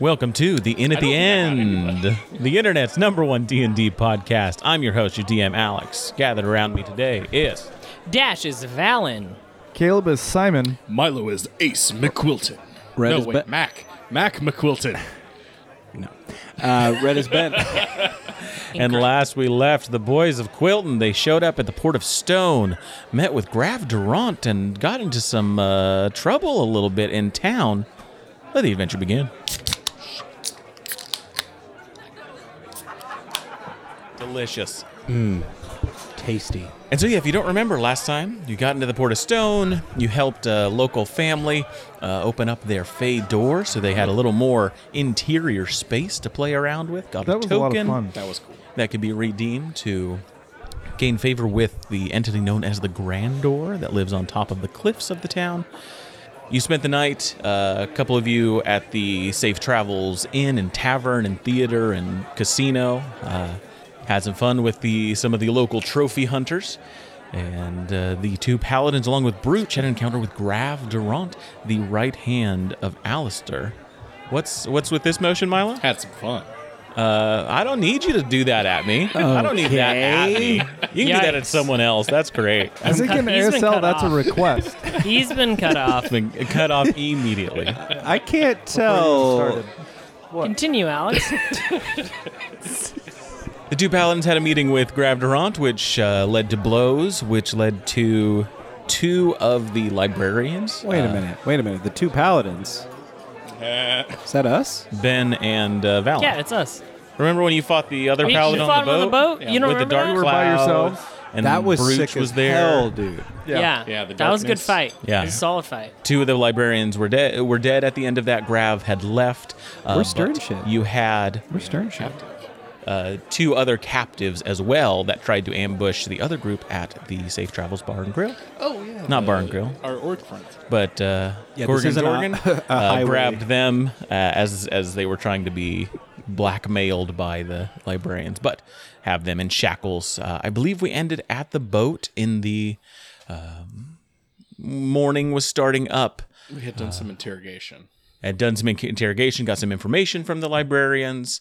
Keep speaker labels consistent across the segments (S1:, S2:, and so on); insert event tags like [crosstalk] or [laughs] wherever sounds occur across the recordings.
S1: Welcome to the Inn at the End, the internet's number one D and D podcast. I'm your host, your DM Alex. Gathered around me today is
S2: Dash is Valen.
S3: Caleb is Simon.
S4: Milo is Ace McQuilton.
S5: Red
S4: no,
S5: is ba-
S4: wait, Mac. Mac
S1: [laughs]
S4: McQuilton.
S5: No. Uh, red is bent.
S1: and last we left the boys of Quilton. They showed up at the port of Stone, met with Grav Durant, and got into some uh, trouble a little bit in town. Let the adventure begin. Delicious.
S3: Mmm.
S5: Tasty.
S1: And so, yeah, if you don't remember last time, you got into the Port of Stone, you helped a local family uh, open up their Fey door so they had a little more interior space to play around with. Got
S3: That
S1: a
S3: was
S1: token
S3: a lot of fun.
S4: That was cool.
S1: that could be redeemed to gain favor with the entity known as the Grandor that lives on top of the cliffs of the town. You spent the night, uh, a couple of you, at the Safe Travels Inn and Tavern and Theater and Casino. Uh, had some fun with the some of the local trophy hunters. And uh, the two paladins, along with Brooch, had an encounter with Grav Durant, the right hand of Alistair. What's what's with this motion, Milo?
S4: Had some fun.
S1: Uh, I don't need you to do that at me. I don't need that at me. You can do that at
S2: Yikes.
S1: someone else. That's great.
S3: I think in
S2: He's been
S3: ASL
S2: cut
S3: that's
S2: off.
S3: a request.
S2: He's been cut off.
S1: Been cut
S2: [laughs]
S1: off immediately.
S5: I can't tell.
S3: Started.
S2: Continue,
S3: [laughs]
S2: Alex.
S1: The two paladins had a meeting with Gravdurant, which uh, led to blows, which led to two of the librarians, uh,
S5: Wait a minute. Wait a minute. The two paladins. Is that us?
S1: Ben and uh, Valen.
S2: yeah, it's us.
S1: Remember when you fought the other
S2: You- you
S1: paladin
S2: fought
S1: on, the
S2: him on the boat? You don't
S1: with the
S2: remember
S1: dark
S2: that? You
S3: were by
S1: cloud,
S3: yourselves?
S1: And
S5: that was
S1: Brooch
S5: sick
S1: was
S5: as
S1: there.
S5: hell, dude.
S2: Yeah.
S4: Yeah, the
S2: that was a good
S4: darkness.
S2: fight.
S1: Yeah.
S2: It was a solid fight.
S1: two of the librarians were dead were dead at the end of that grav had left uh,
S5: We're stern
S1: but
S5: shit.
S1: you had
S5: We're stern shit.
S1: uh, two other captives as well that tried to ambush the other group at the safe travels bar and grill
S4: Oh, yeah.
S1: Not
S4: the-
S1: Barn Grill.
S4: Our orc friend.
S1: but uh,
S5: Yeah, this
S1: gorgon
S5: isn't a-
S1: dorgan
S5: [laughs] a
S1: uh,
S5: highway.
S1: grabbed them uh, as as they were trying to be blackmailed by the librarians but have them in shackles uh, i believe we ended at the boat in the um, morning was starting up
S4: We had
S1: Uh,
S4: done some interrogation.
S1: had done some in- interrogation, got some information from the librarians.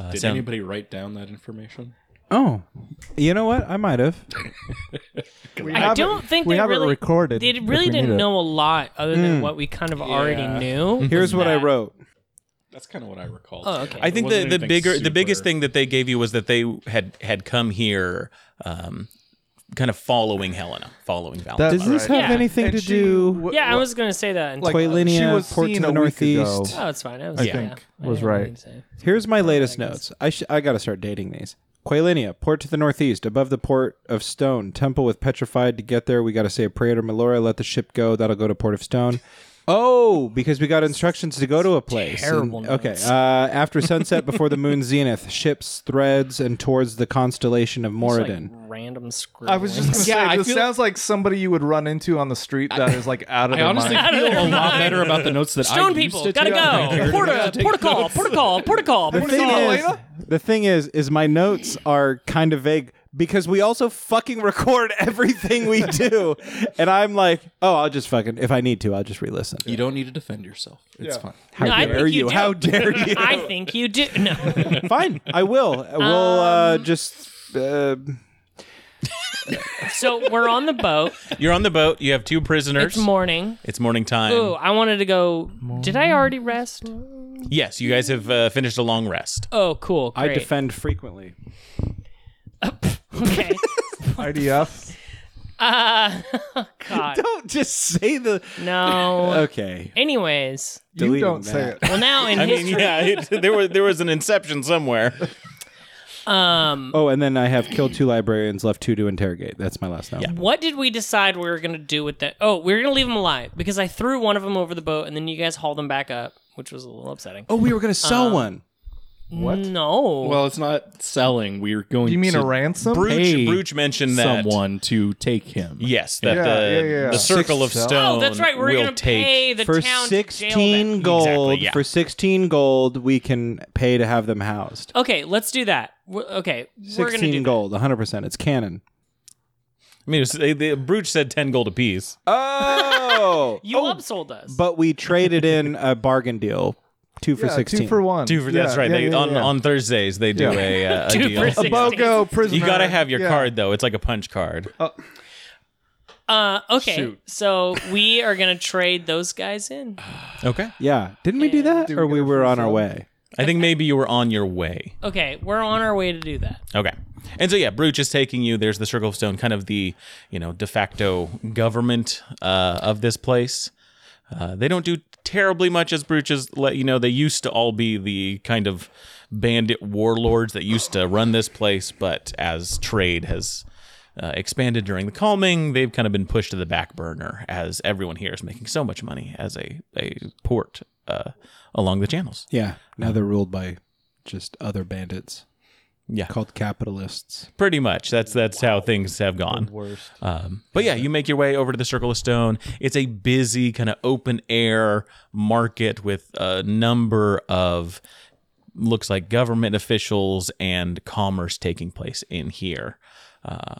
S1: Uh,
S4: Did
S1: sound-
S4: anybody write down that information?
S5: Oh. You know what? I might have.
S2: I don't think
S3: we
S2: they
S3: haven't
S2: really
S3: recorded
S2: They
S3: if
S2: really
S3: we need
S2: didn't
S3: it. Mm.
S2: know a lot other than what we kind of already knew.
S5: Here's what I
S2: That-
S5: wrote.
S4: That's kind of what I recall.
S2: Oh, okay.
S1: I think the, the bigger the biggest
S4: thing.
S1: thing that they gave you was that they had had come here, um, kind of following Helena, following Valentine.
S5: Does this
S2: Right.
S5: have
S2: Yeah.
S5: anything
S3: And
S5: to
S3: she-
S5: do
S3: wh-
S2: Yeah, I
S3: wh-
S2: was gonna say that. Until,
S5: like Toilenia,
S3: was
S5: port
S3: seen
S5: to the
S3: a week ago.
S5: northeast?
S2: oh, it's fine. I was,
S3: I
S2: yeah.
S3: think
S2: I
S3: was
S2: had nothing
S3: right.
S2: to say.
S5: Here's my latest notes. I sh- I gotta start dating these. Quailinia, port to the northeast, above the port of Stone. Temple with petrified. To get there, we gotta say a prayer to Melora. Let the ship go. That'll go to port of Stone. Oh, because we got instructions to go to a place.
S2: Terrible
S5: okay.
S2: notes.
S5: Uh, after sunset, before the moon's zenith, ships, threads, and towards the constellation of
S2: It's like
S5: Moradin.
S2: random screw.
S3: I was just gonna say
S4: Yeah, I
S3: this
S4: feel-
S3: sounds like somebody you would run into on the street that is like out of
S4: I
S3: their
S4: honestly
S3: mind.
S4: feel a lot better about the notes that I
S2: Stone
S4: used
S2: people
S4: to
S2: gotta
S4: take.
S2: go. Porta, porta call, porta call, porta call,
S5: The
S2: porta
S5: thing
S2: call.
S5: is, the thing is, is my notes are kind of vague because we also fucking [laughs] record everything we do, and I'm like, oh, I'll just fucking if I need to, I'll just re-listen.
S4: You don't need to defend yourself. It's fine.
S5: How
S2: No, I
S5: dare
S2: think
S5: you?
S2: you do.
S5: How dare you?
S2: I think you do. [laughs] No,
S5: [laughs] Fine, I will. We'll uh, just. Uh,
S2: so we're on the boat.
S1: You're on the boat. You have two prisoners.
S2: It's morning.
S1: It's morning time.
S2: Ooh, Oh, I wanted to go. Did I already rest?
S1: Yes, you guys have uh, finished a long rest.
S2: Oh, cool.
S5: I
S2: great.
S5: defend frequently.
S2: [laughs] Okay.
S3: IDF.
S2: Uh, God.
S5: [laughs] Don't just say the.
S2: No.
S5: Okay.
S2: Anyways,
S3: You
S5: Deleting
S3: don't say
S5: that.
S3: it.
S2: well
S5: [laughs]
S2: now in
S1: I mean,
S2: history,
S1: yeah, it, there was there was an inception somewhere.
S2: um,
S5: Oh, and then I have killed two librarians, left two to interrogate. That's my last note.
S2: what did we decide we were gonna do with that? Oh, we were gonna leave them alive because I threw one of them over the boat, and then you guys hauled them back up. which was a little upsetting.
S5: Oh, we were gonna sell one.
S3: what?
S2: No.
S4: Well, it's not selling. We're going.
S3: You mean
S4: to
S3: a ransom?
S4: Hey,
S1: Bruch, Bruch mentioned that
S4: someone to take him.
S1: Yes, that
S3: Yeah,
S1: the,
S3: yeah, yeah.
S1: the circle of
S5: Six-
S1: stone.
S2: oh, that's right. We're
S1: will
S2: gonna
S1: take
S2: pay the
S5: for
S2: town To jail
S5: sixteen
S2: them.
S5: gold,
S1: Exactly, yeah.
S5: for sixteen gold, we can pay to have them housed.
S2: Okay, let's do that. We're, okay, we're gonna do
S5: Sixteen gold, one hundred percent. It's canon.
S1: I mean, it was, they, they, Bruch said ten gold apiece.
S3: Um,
S5: Oh,
S2: That. You upsold us.
S5: [laughs] but we traded in a bargain deal, two for
S3: Yeah,
S5: sixteen.
S3: two for one.
S1: Two for,
S3: Yeah,
S1: that's right.
S3: yeah,
S1: they,
S3: yeah,
S1: on,
S3: yeah.
S1: on Thursdays they do
S3: Yeah.
S1: a, uh, a
S2: Two
S1: deal.
S2: for
S3: a
S2: six.
S3: BOGO prisoner.
S1: You gotta have your
S3: Yeah.
S1: card though. It's like a punch card.
S2: uh, okay,
S4: Shoot.
S2: so we are gonna trade those guys in.
S1: Okay.
S5: Yeah, didn't we do that,
S3: Did we
S5: or
S3: get
S5: we
S3: it
S5: were
S3: for
S5: on our
S3: sale?
S5: way?
S1: I think maybe you were on your way.
S2: Okay, we're on our way to do that.
S1: Okay. And so yeah, Bruch is taking you. There's the Circle of Stone, kind of the you know de facto government uh, of this place. Uh, they don't do terribly much as Bruches let you know. They used to all be the kind of bandit warlords that used to run this place, but as trade has uh, expanded during the calming, they've kind of been pushed to the back burner as everyone here is making so much money as a, a port uh, along the channels.
S5: Yeah. Now they're ruled by just other bandits
S1: Yeah.
S5: called capitalists.
S1: pretty much that's that's how things have gone Um, but yeah you make your way over to the circle of stone it's a busy kind of open air market with a number of looks like government officials and commerce taking place in here uh,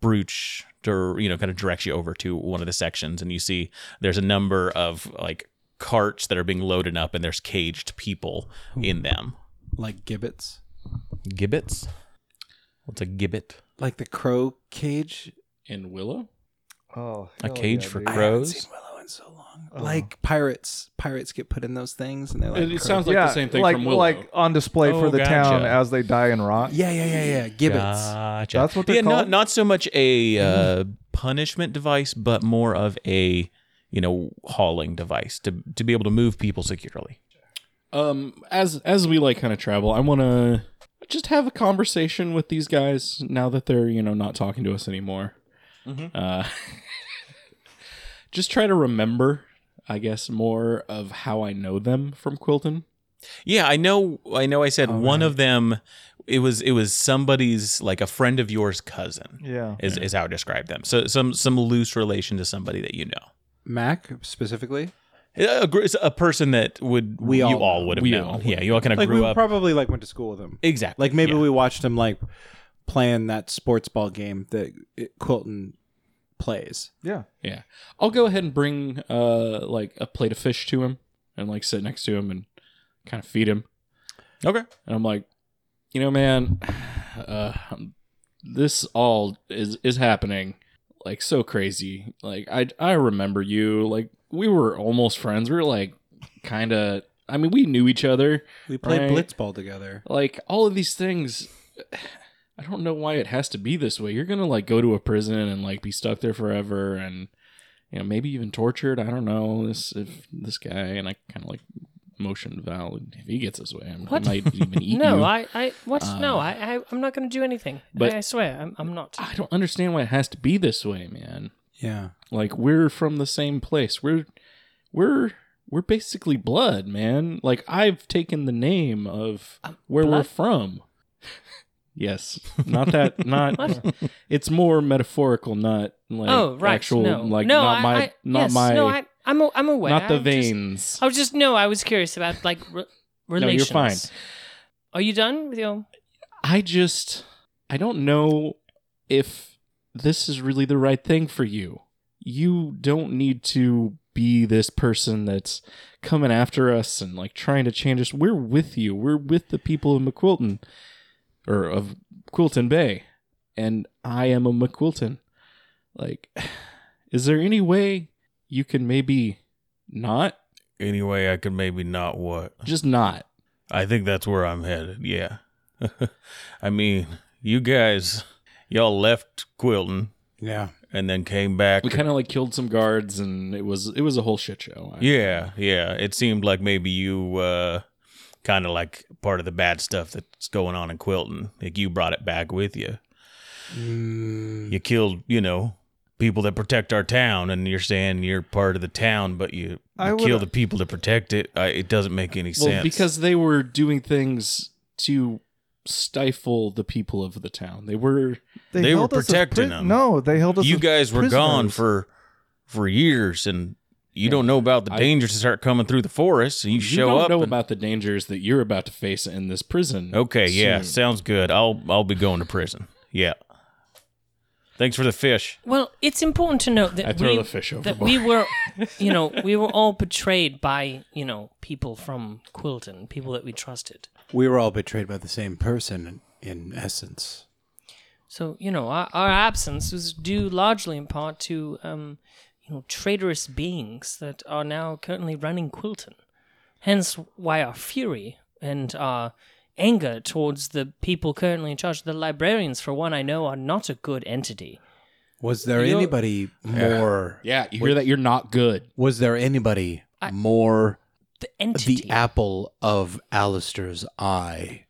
S1: brooch dir- you know kind of directs you over to one of the sections and you see there's a number of like carts that are being loaded up and there's caged people in them
S5: Like gibbets.
S1: gibbets what's a gibbet
S5: Like the crow cage.
S4: In Willow.
S3: Oh,
S1: a
S3: hell
S1: cage
S3: yeah,
S1: for
S3: dude.
S1: crows.
S5: Willow in so long. Like pirates. Pirates get put in those things and they're like.
S4: It, it
S5: crow-
S4: sounds like
S3: yeah,
S4: the same thing
S3: like
S4: from Willow.
S3: like on display
S1: Oh,
S3: for the
S1: gotcha.
S3: town as they die and rot.
S5: yeah, yeah, yeah, yeah. Gibbets.
S1: Gotcha.
S3: That's what they're
S1: yeah, Not,
S3: called?
S1: not so much a uh, punishment device, but more of a you know hauling device to to be able to move people securely.
S4: um, as as we like kind of travel, I want to just have a conversation with these guys now that they're you know not talking to us anymore. Uh, [laughs] just try to remember, I guess, more of how I know them from Quilton.
S1: Yeah, I know. I know. I said one of them. It was it was somebody's like a friend of yours cousin.
S3: Yeah.
S1: Is, is how I described them. So some some loose relation to somebody that you know,
S5: Mac specifically.
S1: a, a gr- a person that would
S5: We
S1: you
S5: all-
S1: all, would have
S4: we
S1: known.
S4: all
S1: yeah, you all kind of
S5: Like
S1: grew
S5: we
S1: up
S5: probably like went to school with them.
S1: exactly.
S5: Like maybe
S1: yeah.
S5: we watched them like playing that sports ball game that it- Quilton plays.
S3: Yeah.
S4: Yeah, I'll go ahead and bring uh like a plate of fish to him and like sit next to him and kind of feed him.
S1: okay.
S4: and I'm like, you know, man, uh, this all is is happening like so crazy. Like I I remember you. Like we were almost friends. We were like kind of. I mean, we knew each other.
S5: We played
S4: Right.
S5: blitzball together.
S4: Like all of these things. I don't know why it has to be this way. You're gonna like go to a prison and like be stuck there forever and. You know, maybe even tortured. I don't know this if this guy and I kind of like motion Val. If he gets this way, I'm, I
S2: What?
S4: might even
S2: [laughs]
S4: eat
S2: No,
S4: you.
S2: I, I, what? no,
S4: Uh,
S2: I, I, I'm not gonna do anything.
S4: but-
S2: I, I swear, I'm, I'm not.
S4: I don't understand why it has to be this way, man.
S5: Yeah.
S4: Like we're from the same place. We're we're we're basically blood, man. Like I've taken the name of
S2: Um,
S4: where we're
S2: blood? [laughs]
S4: from. yes. Not that not
S2: What?
S4: it's more metaphorical, not like
S2: oh, right.
S4: actual
S2: no.
S4: like
S2: no,
S4: not
S2: I,
S4: my
S2: I,
S4: not
S2: yes,
S4: my
S2: No, I, I'm, a, I'm aware.
S4: not the
S2: I'm Just,
S4: veins.
S2: I was just no. I was curious about like re-
S4: [laughs] you're
S2: relations.
S4: fine.
S2: Are you done with your?
S4: I just I don't know if this is really the right thing for you. You don't need to be this person that's coming after us and like trying to change us. We're with you. We're with the people of McQuilton or of Quilton Bay. And I am a McQuilton. Like [sighs] is there any way you can maybe not
S1: Anyway, I could maybe not what.
S4: just not
S1: I think that's where I'm headed. Yeah. [laughs] I mean, you guys, y'all left Quilton
S5: Yeah.
S1: and then came back.
S4: we kind of like killed some guards and it was it was a whole shit show. I-
S1: yeah, yeah. It seemed like maybe you, uh, kind of like part of the bad stuff that's going on
S3: Mm.
S1: in Quilton. Like you brought it back with you. You killed, you know, people that protect our town, and you're saying you're part of the town, but you,
S3: I
S1: you
S3: would-
S1: kill the people that protect it. I, it doesn't make any
S4: Well,
S1: sense.
S4: because they were doing things to stifle the people of the town. They were
S1: They were
S3: held us as
S1: protecting them.
S3: No, they held us.
S1: you
S3: as
S1: guys were gone
S3: prisoners.
S1: for for years, and you don't know about the
S4: I-
S1: dangers that start coming through the forest, and you,
S4: you
S1: show
S4: don't
S1: up.
S4: know
S1: and-
S4: about the dangers that you're about to face in this prison.
S1: okay, yeah,
S4: soon.
S1: sounds good. I'll I'll be going to prison. Yeah. Thanks for the fish.
S2: Well, it's important to note that
S4: I throw
S2: we,
S4: the fish
S2: that
S4: overboard.
S2: we
S4: [laughs]
S2: were, you know, we were all betrayed by you know people from Quilton, people that we trusted.
S5: We were all betrayed by the same person in, in essence.
S2: So you know, our, our absence was due largely in part to um, you know traitorous beings that are now currently running Quilton. Hence, why our fury and our anger towards the people currently in charge. The librarians, for one, I know are not a good entity.
S5: Was there
S4: You know-
S5: anybody more?
S4: yeah, you hear that you're not good.
S5: Was there anybody
S2: I-
S5: more
S2: The entity.
S5: the apple of Alistair's eye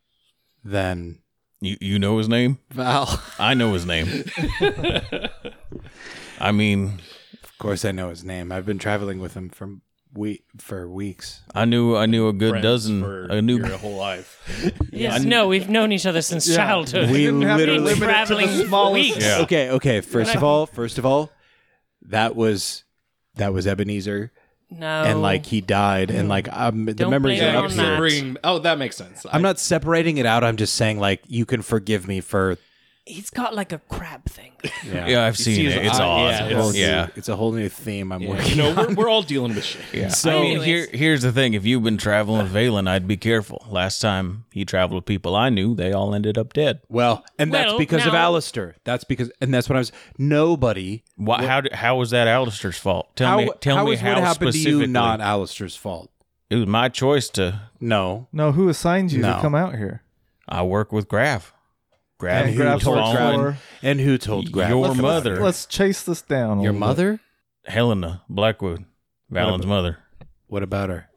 S5: than
S1: You you know his name?
S5: Val?
S4: [laughs]
S5: of
S1: I know his name. I mean,
S5: course, I know his name. I've been traveling with him from we for weeks.
S1: I knew I knew a good
S4: friends
S1: dozen.
S4: for
S1: I knew
S4: your whole life.
S2: yes, no, we've known each other since childhood.
S5: We
S2: been
S5: literally [laughs]
S2: traveling for weeks.
S1: Yeah.
S5: Uh, Okay, okay. First of all, first of all, that was that was Ebenezer,
S2: No,
S5: and like he died, and like um, the
S2: Oh. Don't
S5: memories
S2: blame it
S5: are up
S2: on
S5: here.
S2: that.
S4: Bring- oh, that makes sense.
S5: I'm not separating it out. I'm just saying, like, you can forgive me for.
S2: he's got like a crab thing.
S1: Yeah, I've
S4: see
S1: seen
S4: his
S1: it. It's
S4: eye, yeah,
S1: awesome.
S4: it's-
S1: Yeah.
S5: Well, it's a whole new theme I'm
S4: Yeah, you
S5: working
S4: know,
S5: on.
S4: we're, we're all dealing with shit. Yeah.
S1: So I mean,
S2: Anyways.
S1: here here's the thing: if you've been traveling with Valen, I'd be careful. Last time he traveled with people I knew, they all ended up dead.
S5: [laughs] Well, and that's
S2: Well,
S5: because of
S2: now-
S5: Alistair. That's because, and that's what I was. Nobody.
S1: Why, how did- how was that Alistair's fault? Tell
S5: how
S1: me. Tell
S5: how
S1: me
S5: is
S1: how
S5: what happened to
S1: specifically.
S5: you not Alistair's fault?
S1: it was my choice to.
S5: No.
S3: No, who assigned you
S5: No.
S3: to come out here?
S1: I work with Graf. Graf
S3: And
S1: was
S3: Graf told
S1: following
S3: Graf-
S5: And who told Graf?
S1: Your
S5: about it?
S1: mother.
S3: Let's chase this down. a
S5: Your
S3: little
S5: mother?
S1: Helena Blackwood, Valen's mother.
S5: What about her?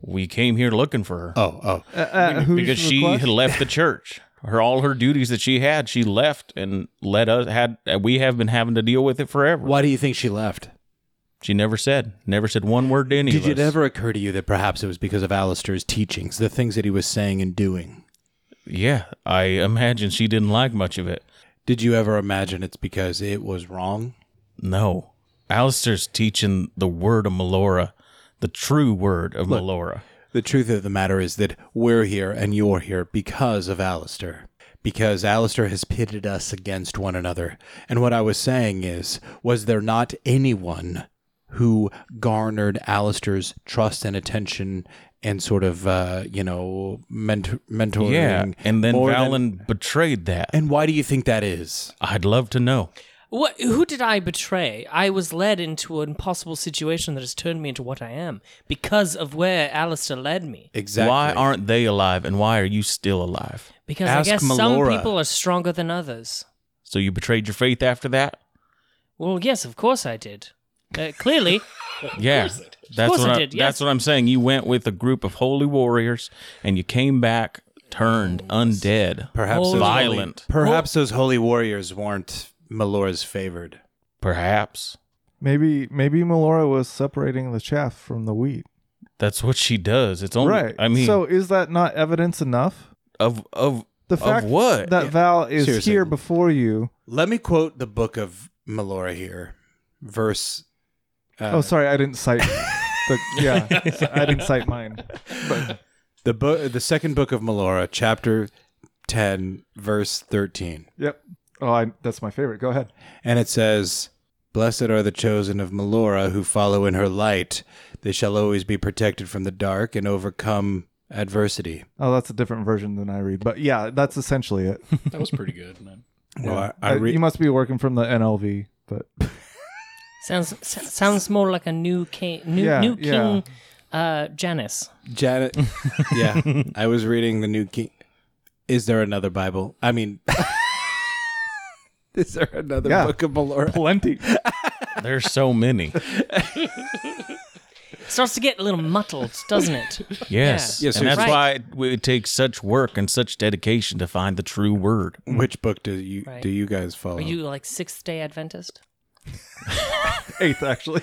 S1: We came here looking for her.
S5: Oh, oh.
S3: bit. Uh, uh, who's
S1: because she
S3: request?
S1: had left the church. Her all her duties that she had, she left and let us had. We have been having to deal with it forever.
S5: Why do you think she left?
S1: She never said, never said one word to any
S5: Did
S1: of us.
S5: it ever occur to you that perhaps it was because of Alistair's teachings, the things that he was saying and doing?
S1: Yeah, I imagine she didn't like much of it.
S5: Did you ever imagine it's because it was wrong?
S1: No, Alistair's teaching the word of Melora, the true word of Melora.
S5: The truth of the matter is that we're here and you're here because of Alistair. Because Alistair has pitted us against one another. And what I was saying is, was there not anyone who garnered Alistair's trust and attention and sort of, uh, you know, ment- mentoring?
S1: Yeah, and then
S5: more than-
S1: Valen betrayed that.
S5: and why do you think that is?
S1: I'd love to know.
S2: What? Who did I betray? I was led into an impossible situation that has turned me into what I am because of where Alistair led me.
S5: Exactly.
S1: Why aren't they alive, and why are you still alive?
S2: Because
S5: Ask
S2: I guess some
S5: Melora.
S2: people are stronger than others.
S1: So you betrayed your faith after that?
S2: Well, yes, of course I did. Uh, clearly,
S1: yeah, that's
S2: course
S1: what
S2: I
S1: I,
S2: did, yes.
S1: that's what I'm saying. You went with a group of holy warriors, and you came back turned undead.
S5: Perhaps
S2: Oh.
S5: those holy-
S1: Violent.
S5: perhaps those holy warriors weren't Melora's favored.
S1: Perhaps
S3: Maybe maybe Melora was separating the chaff from the wheat.
S1: that's what she does. It's only
S3: right.
S1: I mean,
S3: so is that not evidence enough?
S1: of of
S3: The fact
S1: of what
S3: that Val is
S5: Seriously.
S3: here before you.
S5: Let me quote the book of Melora here, verse. Uh,
S3: oh, sorry, I didn't cite. the, yeah, I didn't cite mine.
S5: The book, the second book of Melora, chapter ten, verse thirteen,
S3: Yep. Oh, I, that's my favorite. Go ahead.
S5: and it says, "Blessed are the chosen of Melora who follow in her light; they shall always be protected from the dark and overcome adversity."
S3: Oh, that's a different version than I read, but yeah, that's essentially it.
S4: That was pretty good, man.
S5: Well, I, I
S3: Uh,
S5: re-
S3: you must be working from the NLV, but
S2: sounds s- sounds more like a new king, new,
S3: Yeah,
S2: new
S3: yeah.
S2: king, uh, Janice.
S5: [laughs] Janet. yeah, I was reading the New King. Is there another Bible? I mean, [laughs] is there another
S3: Yeah.
S5: book of Melora?
S3: plenty.
S1: there's so many.
S2: Starts to get a little muddled, doesn't it?
S1: Yes,
S5: Yeah, so
S1: and that's
S2: it's-
S1: why it, it takes such work and such dedication to find the true word.
S5: Which book do you
S2: Right.
S5: do you guys follow?
S2: Are you like Sixth Day Adventist?
S3: Eighth, actually.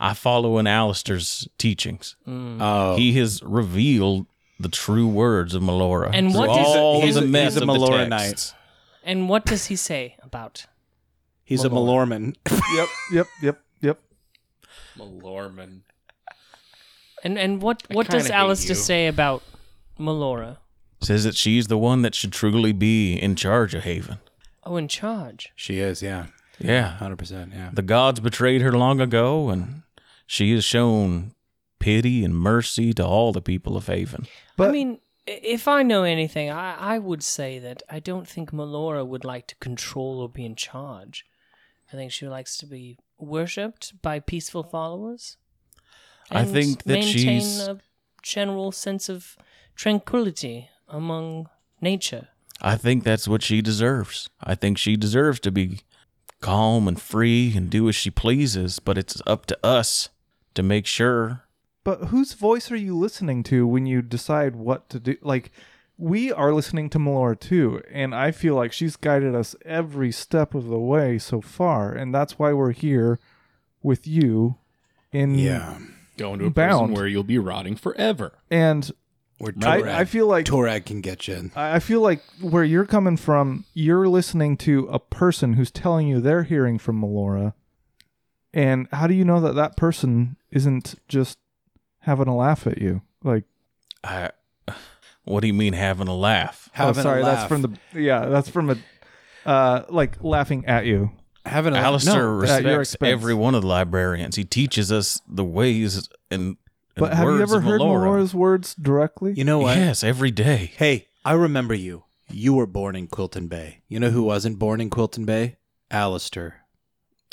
S1: I follow in Alistair's teachings.
S3: Mm-hmm.
S5: Oh,
S1: He has revealed the true words of Melora.
S2: And
S1: through
S2: what is-
S1: all
S5: He's a-
S1: the
S5: he's
S1: mess
S5: a
S1: of the
S5: Melora
S1: texts.
S2: And what does he say about?
S5: He's a Malorman. [laughs]
S3: yep, yep, yep, yep.
S4: Malorman.
S2: And and what what
S4: kinda
S2: does
S4: hate
S2: Alistair
S4: you.
S2: say about Melora?
S1: Says that she's the one that should truly be in charge of Haven.
S2: Oh, in charge.
S5: She is, yeah.
S1: Yeah.
S5: 100%, yeah.
S1: The gods betrayed her long ago, and she has shown pity and mercy to all the people of Haven.
S3: But
S2: I mean, i- if I know anything, I, I would say that I don't think Melora would like to control or be in charge. I think she likes to be worshipped by peaceful followers.
S1: I
S2: and
S1: think that
S2: maintain
S1: she's-
S2: a general sense of tranquility among nature.
S1: I think that's what she deserves. I think she deserves to be calm and free and do as she pleases, but it's up to us to make sure
S3: But whose voice are you listening to when you decide what to do? Like, we are listening to Melora too, and I feel like she's guided us every step of the way so far, and that's why we're here with you. In
S5: Yeah.
S4: Going to a
S3: Bound.
S4: prison where you'll be rotting forever.
S3: and
S5: We're
S3: I, I feel like Oh,
S5: Torag can get you.
S3: I I feel like where you're coming from, you're listening to a person who's telling you they're hearing from Melora, and how do you know that that person isn't just having a laugh at you? Like,
S1: I. What do you mean having a laugh?
S5: Having
S3: oh,
S5: a
S3: sorry, that's
S5: laugh.
S3: from the yeah, that's from a uh, like laughing at you.
S5: Having a
S1: Alistair
S5: no,
S3: Uh, at your
S1: respects
S3: expense.
S1: every one of the librarians. He teaches us the ways and, and
S3: But have
S1: words
S3: you ever
S1: of
S3: heard
S1: Melora.
S3: Melora's words directly?
S5: You know what?
S1: Yes, every day.
S5: Hey, I remember you. You were born in Quilton Bay. You know who wasn't born in Quilton Bay? Alistair.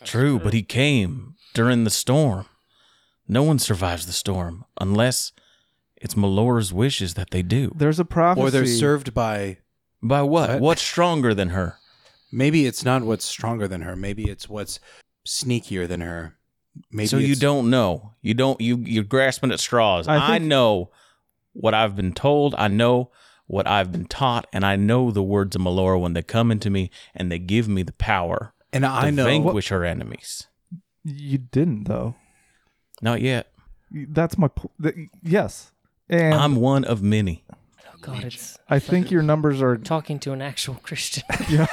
S1: True, but he came during the storm. No one survives the storm unless it's Melora's wishes that they do.
S3: there's a prophecy.
S5: Or they're served by
S1: By what?
S5: What?
S1: What's stronger than her?
S5: maybe it's not what's stronger than her. Maybe it's what's sneakier than her. Maybe
S1: so you
S5: it's-
S1: don't know. You don't you you're grasping at straws.
S3: I
S1: I,
S3: think-
S1: know what I've been told. I know what I've been taught, and I know the words of Melora when they come into me and they give me the power
S5: And
S1: to
S5: I know
S1: vanquish her enemies.
S3: you didn't though.
S1: Not yet.
S3: That's my po- th- yes, and
S1: I'm one of many. [laughs]
S2: Oh God, it's
S3: I think your numbers are.
S2: talking to an actual [laughs]
S1: [laughs]
S2: Christian. Oh,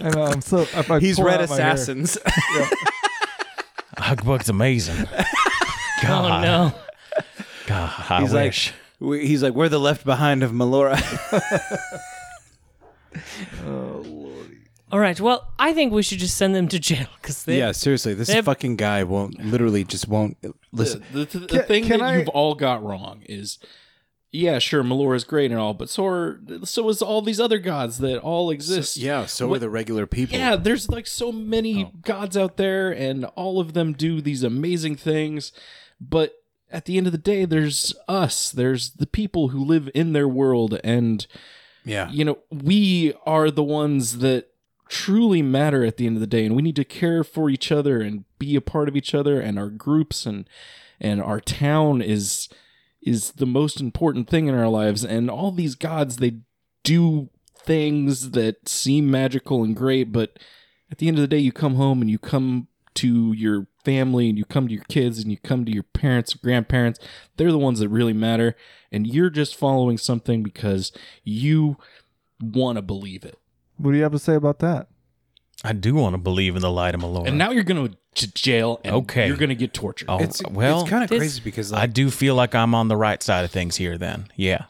S3: I know, I'm so. If I
S5: he's
S3: pull
S5: read
S3: out my hair-
S5: Assassins. [laughs]
S1: Hugbug's amazing.
S2: oh
S1: God,
S2: no.
S1: God, I
S5: He's like-
S1: wish.
S5: We- he's like we're the left behind of Melora.
S2: All right. Well, I think we should just send them to jail because they.
S5: yeah, seriously, this
S2: They're-
S5: fucking guy won't literally just won't listen.
S4: The, the, the
S3: Can-
S4: thing
S3: can
S4: that
S3: I-
S4: you've all got wrong is, yeah, sure, Melora's great and all, but so are so is all these other gods that all exist.
S5: Yeah, so
S4: What-
S5: are the regular people.
S4: Yeah, there's like so many gods out there, and all of them do these amazing things. But at the end of the day, there's us. There's the people who live in their world, and
S5: yeah.
S4: you know, we are the ones that truly matter at the end of the day, and we need to care for each other and be a part of each other and our groups and and our town is is the most important thing in our lives. And all these gods, they do things that seem magical and great, but at the end of the day, you come home and you come to your family and you come to your kids and you come to your parents, grandparents. They're the ones that really matter. And you're just following something because you want to believe it.
S3: What do you have to say about that?
S1: I do want to believe in the light of Melora.
S4: And now you're going to to jail and
S1: Okay.
S4: you're going to get tortured.
S1: oh,
S5: It's
S1: well,
S5: it's kind of
S2: this-
S5: crazy because
S1: I
S5: like,
S1: do feel like I'm on the right side of things here. Then, yeah.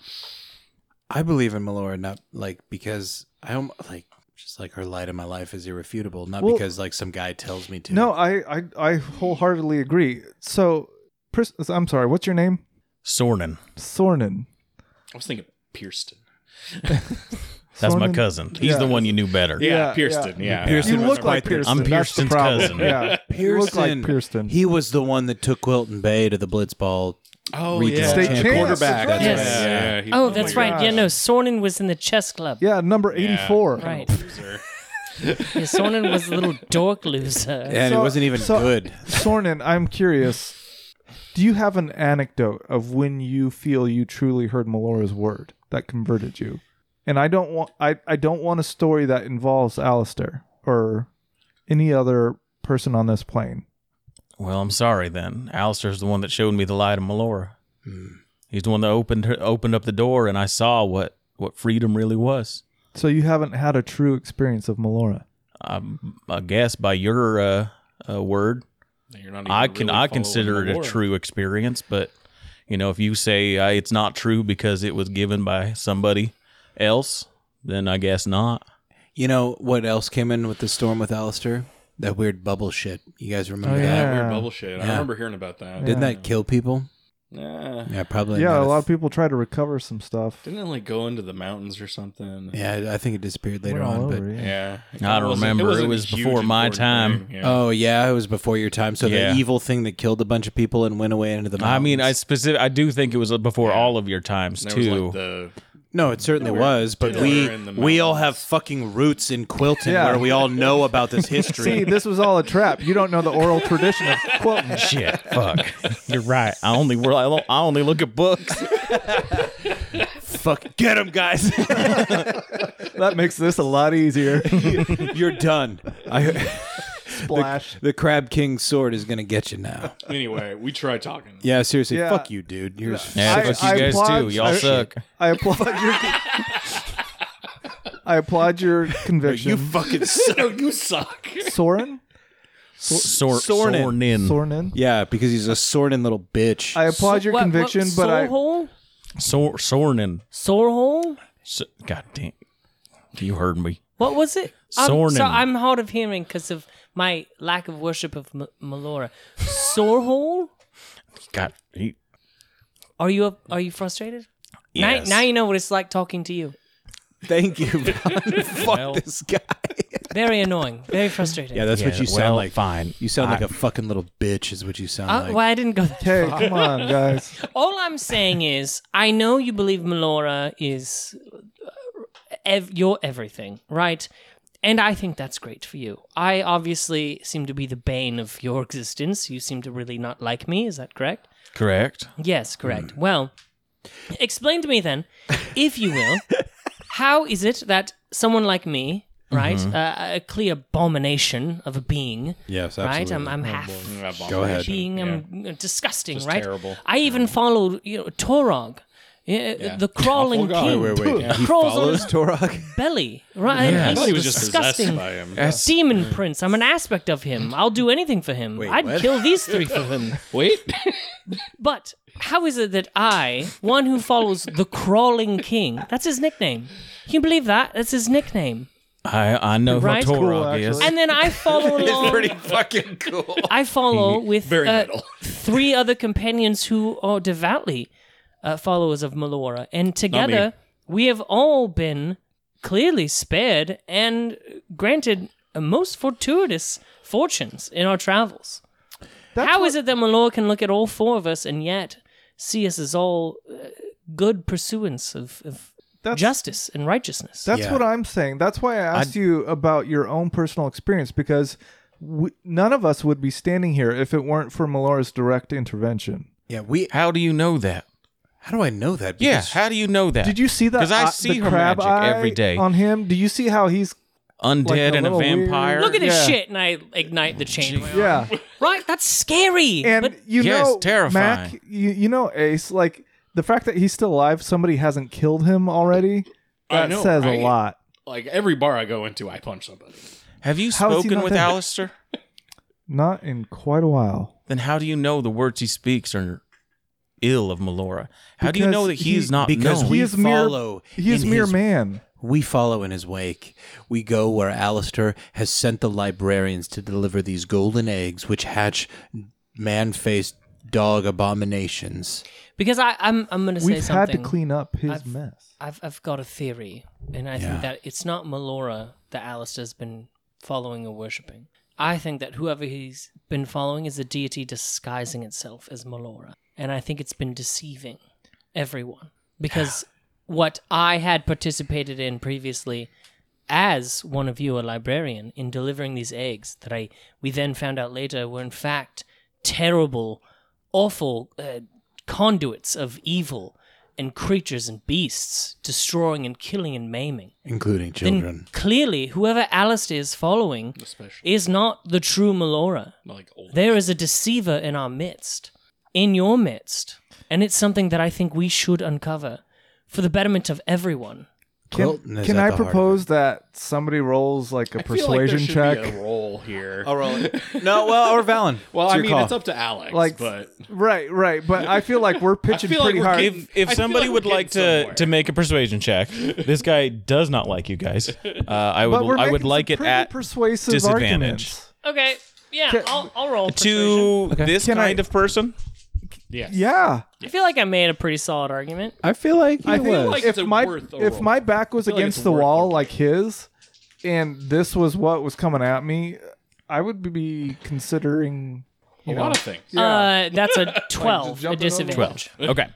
S5: I believe in Melora not like because I am like just like her light in my life is irrefutable, not
S3: Well-
S5: because like some guy tells me to.
S3: No, I, I I wholeheartedly agree. So, Pris- I'm sorry. What's your name?
S1: Sornin,
S3: Sornin.
S4: I was thinking Pearson.
S1: that's my
S3: Sornin?
S1: cousin. He's
S3: Yeah.
S1: the one you knew better.
S3: Yeah,
S4: Pearson. Yeah.
S5: Pearson
S3: you
S5: was
S3: look like
S5: right there.
S3: Pearson.
S1: I'm
S3: that's the
S1: Pearson's
S3: problem.
S1: cousin.
S3: Yeah, you look like Pearson.
S5: He was the one that took Quilton Bay to the Blitzball.
S4: Oh,
S5: Regional
S4: yeah.
S5: State
S4: The
S5: champion.
S4: quarterback.
S3: That's
S2: Yes.
S5: right.
S4: Yeah, yeah, he-
S2: Oh, that's
S4: my
S2: right.
S4: God.
S2: Yeah, no. Sornin was in the chess club.
S3: yeah, number
S4: Yeah.
S3: 84.
S2: Right. Yeah, Sornin was a little dork loser.
S5: And it
S3: So-
S5: wasn't even
S3: so-
S5: good.
S3: Sornin, I'm curious. Do you have an anecdote of when you feel you truly heard Melora's word that converted you? And I don't want I, I don't want a story that involves Alistair or any other person on this plane.
S1: Well, I'm sorry then. Alistair's the one that showed me the light of Melora. He's the one that opened her, opened up the door, and I saw what what freedom really was.
S3: So you haven't had a true experience of Melora.
S1: Um, I guess by your uh, uh, word,
S4: You're not even
S1: I can
S4: really
S1: I
S4: following
S1: consider
S4: the
S1: it a
S4: lore.
S1: true experience. But you know, if you say uh, it's not true because it was given by somebody else, then I guess not.
S5: You know what else came in with the storm with Alistair? That weird bubble shit. You guys remember
S3: Oh,
S5: that?
S4: That
S3: Yeah.
S4: weird bubble shit. I
S5: Yeah.
S4: remember hearing about that.
S5: Didn't that kill people?
S4: Nah.
S5: Yeah, probably.
S3: yeah,
S5: not
S3: a
S5: if-
S3: lot of people try to recover some stuff.
S4: Didn't it like go into the mountains or something?
S5: Yeah, I think it disappeared later
S3: Went all
S5: on. but
S3: over, yeah.
S4: Yeah.
S1: I don't
S4: wasn't-
S1: remember. It
S4: wasn't a
S1: was
S4: huge
S1: before my
S4: important
S1: time.
S4: thing, yeah.
S5: Oh yeah, it was before your time. So
S1: Yeah.
S5: the evil thing that killed a bunch of people and went away into the mountains.
S1: I mean, I specific. I do think it was uh, before all of your times
S4: There was
S1: too.
S4: like the
S5: no, it certainly was, but
S4: they
S5: we
S4: were in the
S5: we all have
S4: mountains.
S5: fucking roots in Quilton
S3: Yeah.
S5: where we all know about
S3: [laughs]
S5: this history.
S3: See, this was all a trap. You don't know the oral tradition
S5: [laughs]
S3: of
S1: [laughs]
S3: Quilton.
S1: Shit, fuck. [laughs] You're right. I only I don't- I only look at
S4: [laughs]
S1: books.
S5: Fuck, get him, guys. [laughs]
S3: That makes this a lot easier.
S5: You're done. I,
S3: Splash.
S5: [laughs] the Crab King's sword is gonna get you now.
S4: anyway, we tried talking.
S5: Yeah, seriously,
S3: Yeah.
S5: fuck you, dude. You're s-
S1: Yeah,
S3: I-
S1: fuck you
S3: I
S1: guys
S3: applaud-
S1: too. Y'all
S3: I-
S1: suck.
S3: I applaud your. I
S1: [laughs]
S3: applaud your conviction.
S5: you [laughs] fucking suck.
S4: No, you suck.
S3: Soren?
S1: Sor-
S5: Sornin.
S1: Sornin.
S3: Sornin?
S5: Yeah, because he's a sorting little bitch.
S3: I applaud your
S2: What- what-
S3: conviction, but I.
S2: Sorhole?
S1: Sor- Sornin.
S2: Sorhole?
S1: S- God damn. You heard me.
S2: What was it? I'm-
S1: Sornin.
S2: So I'm hard of hearing because of my lack of worship of M- Melora. Sorhole?
S1: God. He,
S2: Are you up, are you frustrated?
S1: Yes.
S2: Now, now you know what it's like talking to you.
S5: Thank you. Ron. [laughs] fuck
S1: Well-
S5: this guy.
S2: Very annoying. Very frustrating.
S5: Yeah, that's what
S1: Yeah,
S5: you sound
S1: well,
S5: like.
S1: fine.
S5: You sound
S1: I-
S5: like a fucking little bitch, is what you sound
S2: Uh,
S5: like.
S2: well, I didn't go.
S3: Hey, come on,
S2: [laughs]
S3: guys.
S2: All I'm saying is, I know you believe Melora is uh, ev- your everything, right? And I think that's great for you. I obviously seem to be the bane of your existence. You seem to really not like me. Is that correct?
S1: Correct.
S2: Yes, correct. Well, explain to me then, if you will, how is it that someone like me, right, uh, a clear abomination of a being,
S5: yes,
S2: right? I'm, I'm half
S4: Go
S5: ahead.
S2: being um, disgusting,
S4: Just
S2: right?
S4: terrible.
S2: I even followed you know Torog, yeah, uh, the crawling
S4: Oh, God.
S2: king,
S4: Wait, wait, yeah.
S2: He crawls on his
S5: Torok.
S2: belly, right?
S4: I
S2: And
S4: thought he was
S2: he's
S4: just
S2: disgusting.
S4: possessed by him.
S2: Demon prince. I'm an aspect of him. I'll do anything for him. I'd
S5: what?
S2: kill these three
S4: [laughs]
S2: for him.
S4: Wait,
S2: But how is it that I, one who follows the crawling king, that's his nickname. Can you believe that? That's his nickname.
S1: I, I know
S2: Right?
S1: who
S2: Cool,
S1: Torog is.
S3: actually.
S2: And then I follow along.
S5: fucking cool.
S2: I follow with
S4: very
S2: uh,
S4: metal.
S2: three other companions who are devoutly uh, followers of Melora, and
S4: me.
S2: together we have all been clearly spared and granted uh, most fortuitous fortunes in our travels. How is it that Melora can look at all four of us and yet see us as all uh, good pursuants of, of
S3: That's-
S2: justice and righteousness?
S3: That's
S5: Yeah.
S3: what I'm saying. That's why I asked you about your own personal experience because we, none of us would be standing here if it weren't for Melora's direct intervention.
S5: Yeah, we.
S1: How do you know that?
S5: How do I know that?
S1: Yeah.
S5: Because-
S1: How do you know that?
S3: Did you see that?
S1: Because I
S3: eye-
S1: see
S3: the
S1: her
S3: crab
S1: magic
S3: eye
S1: every day.
S3: on him. Do you see how he's?
S1: Undead
S3: like a
S1: and a
S3: little weird-
S1: vampire.
S2: Look at his
S3: Yeah.
S2: shit, and I ignite the chain.
S3: Yeah,
S2: Right, that's scary.
S3: and
S2: but
S3: you
S1: Yes,
S3: know,
S1: terrifying.
S3: Mac, you, you know, Ace, like the fact that he's still alive, somebody hasn't killed him already.
S4: I
S3: That
S4: know,
S3: says
S4: right?
S3: a lot.
S4: Like every bar I go into, I punch somebody.
S1: Have you
S3: How is he
S1: spoken
S3: not
S1: with
S3: there?
S1: Alistair?
S3: Not in quite a while.
S1: Then how do you know the words he speaks are ill of Melora? How do you
S3: Because
S1: know that he's
S3: he-
S1: not
S5: because
S1: known?
S5: we
S3: he is mere.
S5: follow
S3: He is
S5: in
S3: mere
S5: his-
S3: man.
S5: We follow in his wake. We go where Alistair has sent the librarians to deliver these golden eggs, which hatch man-faced dog abominations.
S2: because I, I'm, I'm going to say
S3: We've
S2: something.
S3: had to clean up his
S2: I've-
S3: mess.
S2: I've I've got a theory, and I
S5: Yeah.
S2: think that it's not Melora that Alistair's been following or worshipping. I think that whoever he's been following is a deity disguising itself as Melora, and I think it's been deceiving everyone because what I had participated in previously as one of you a librarian in delivering these eggs that I we then found out later were in fact terrible awful uh, conduits of evil and creatures and beasts, destroying and killing and maiming.
S6: including
S2: Then
S6: children.
S2: clearly, whoever Alistair is following
S4: Especially
S2: is not the true Melora.
S4: like old.
S2: There is a deceiver in our midst, in your midst, and it's something that I think we should uncover for the betterment of everyone.
S3: Can,
S6: Quilton is
S3: can
S6: at the
S3: I
S6: heart of
S3: propose that somebody rolls like a
S4: I feel like there
S3: persuasion
S4: should
S3: check?
S4: Be a roll here.
S2: Oh,
S5: no, well, or Valen.
S4: well,
S5: It's
S4: I
S5: your
S4: mean,
S5: call.
S4: it's up to Alex.
S3: like
S4: but
S3: right, right. But I feel
S4: [laughs]
S3: like we're pitching
S4: feel like
S3: pretty
S4: we're
S3: hard.
S4: getting-
S1: If, if
S4: I feel
S1: somebody
S4: like we're
S1: would
S4: getting
S1: like
S4: somewhere.
S1: to, to make a persuasion check, this guy does not like you guys. Uh, I
S3: but
S1: would
S3: we're
S1: I would
S3: making
S1: like
S3: some
S1: it
S3: pretty
S1: at
S3: persuasive
S1: disadvantage.
S3: arguments.
S2: Okay, yeah,
S3: Ca-
S2: I'll, I'll roll.
S1: to this
S3: Can I-
S1: kind of person.
S4: yeah,
S3: Yeah,
S2: I feel like I made a pretty solid argument.
S3: Uh,
S5: I feel like he
S3: I
S5: was.
S3: think
S4: like
S3: if
S4: it's a
S3: my
S4: worth a
S3: if
S4: roll.
S3: my back was
S4: feel like
S3: against
S4: it's
S3: the
S4: worth a
S3: wall like his, and this was what was coming at me, I would be considering
S4: a lot of things.
S2: Uh,
S3: [laughs]
S2: that's a twelve, a
S3: jumping over
S2: disadvantage.
S3: walls.
S1: Okay.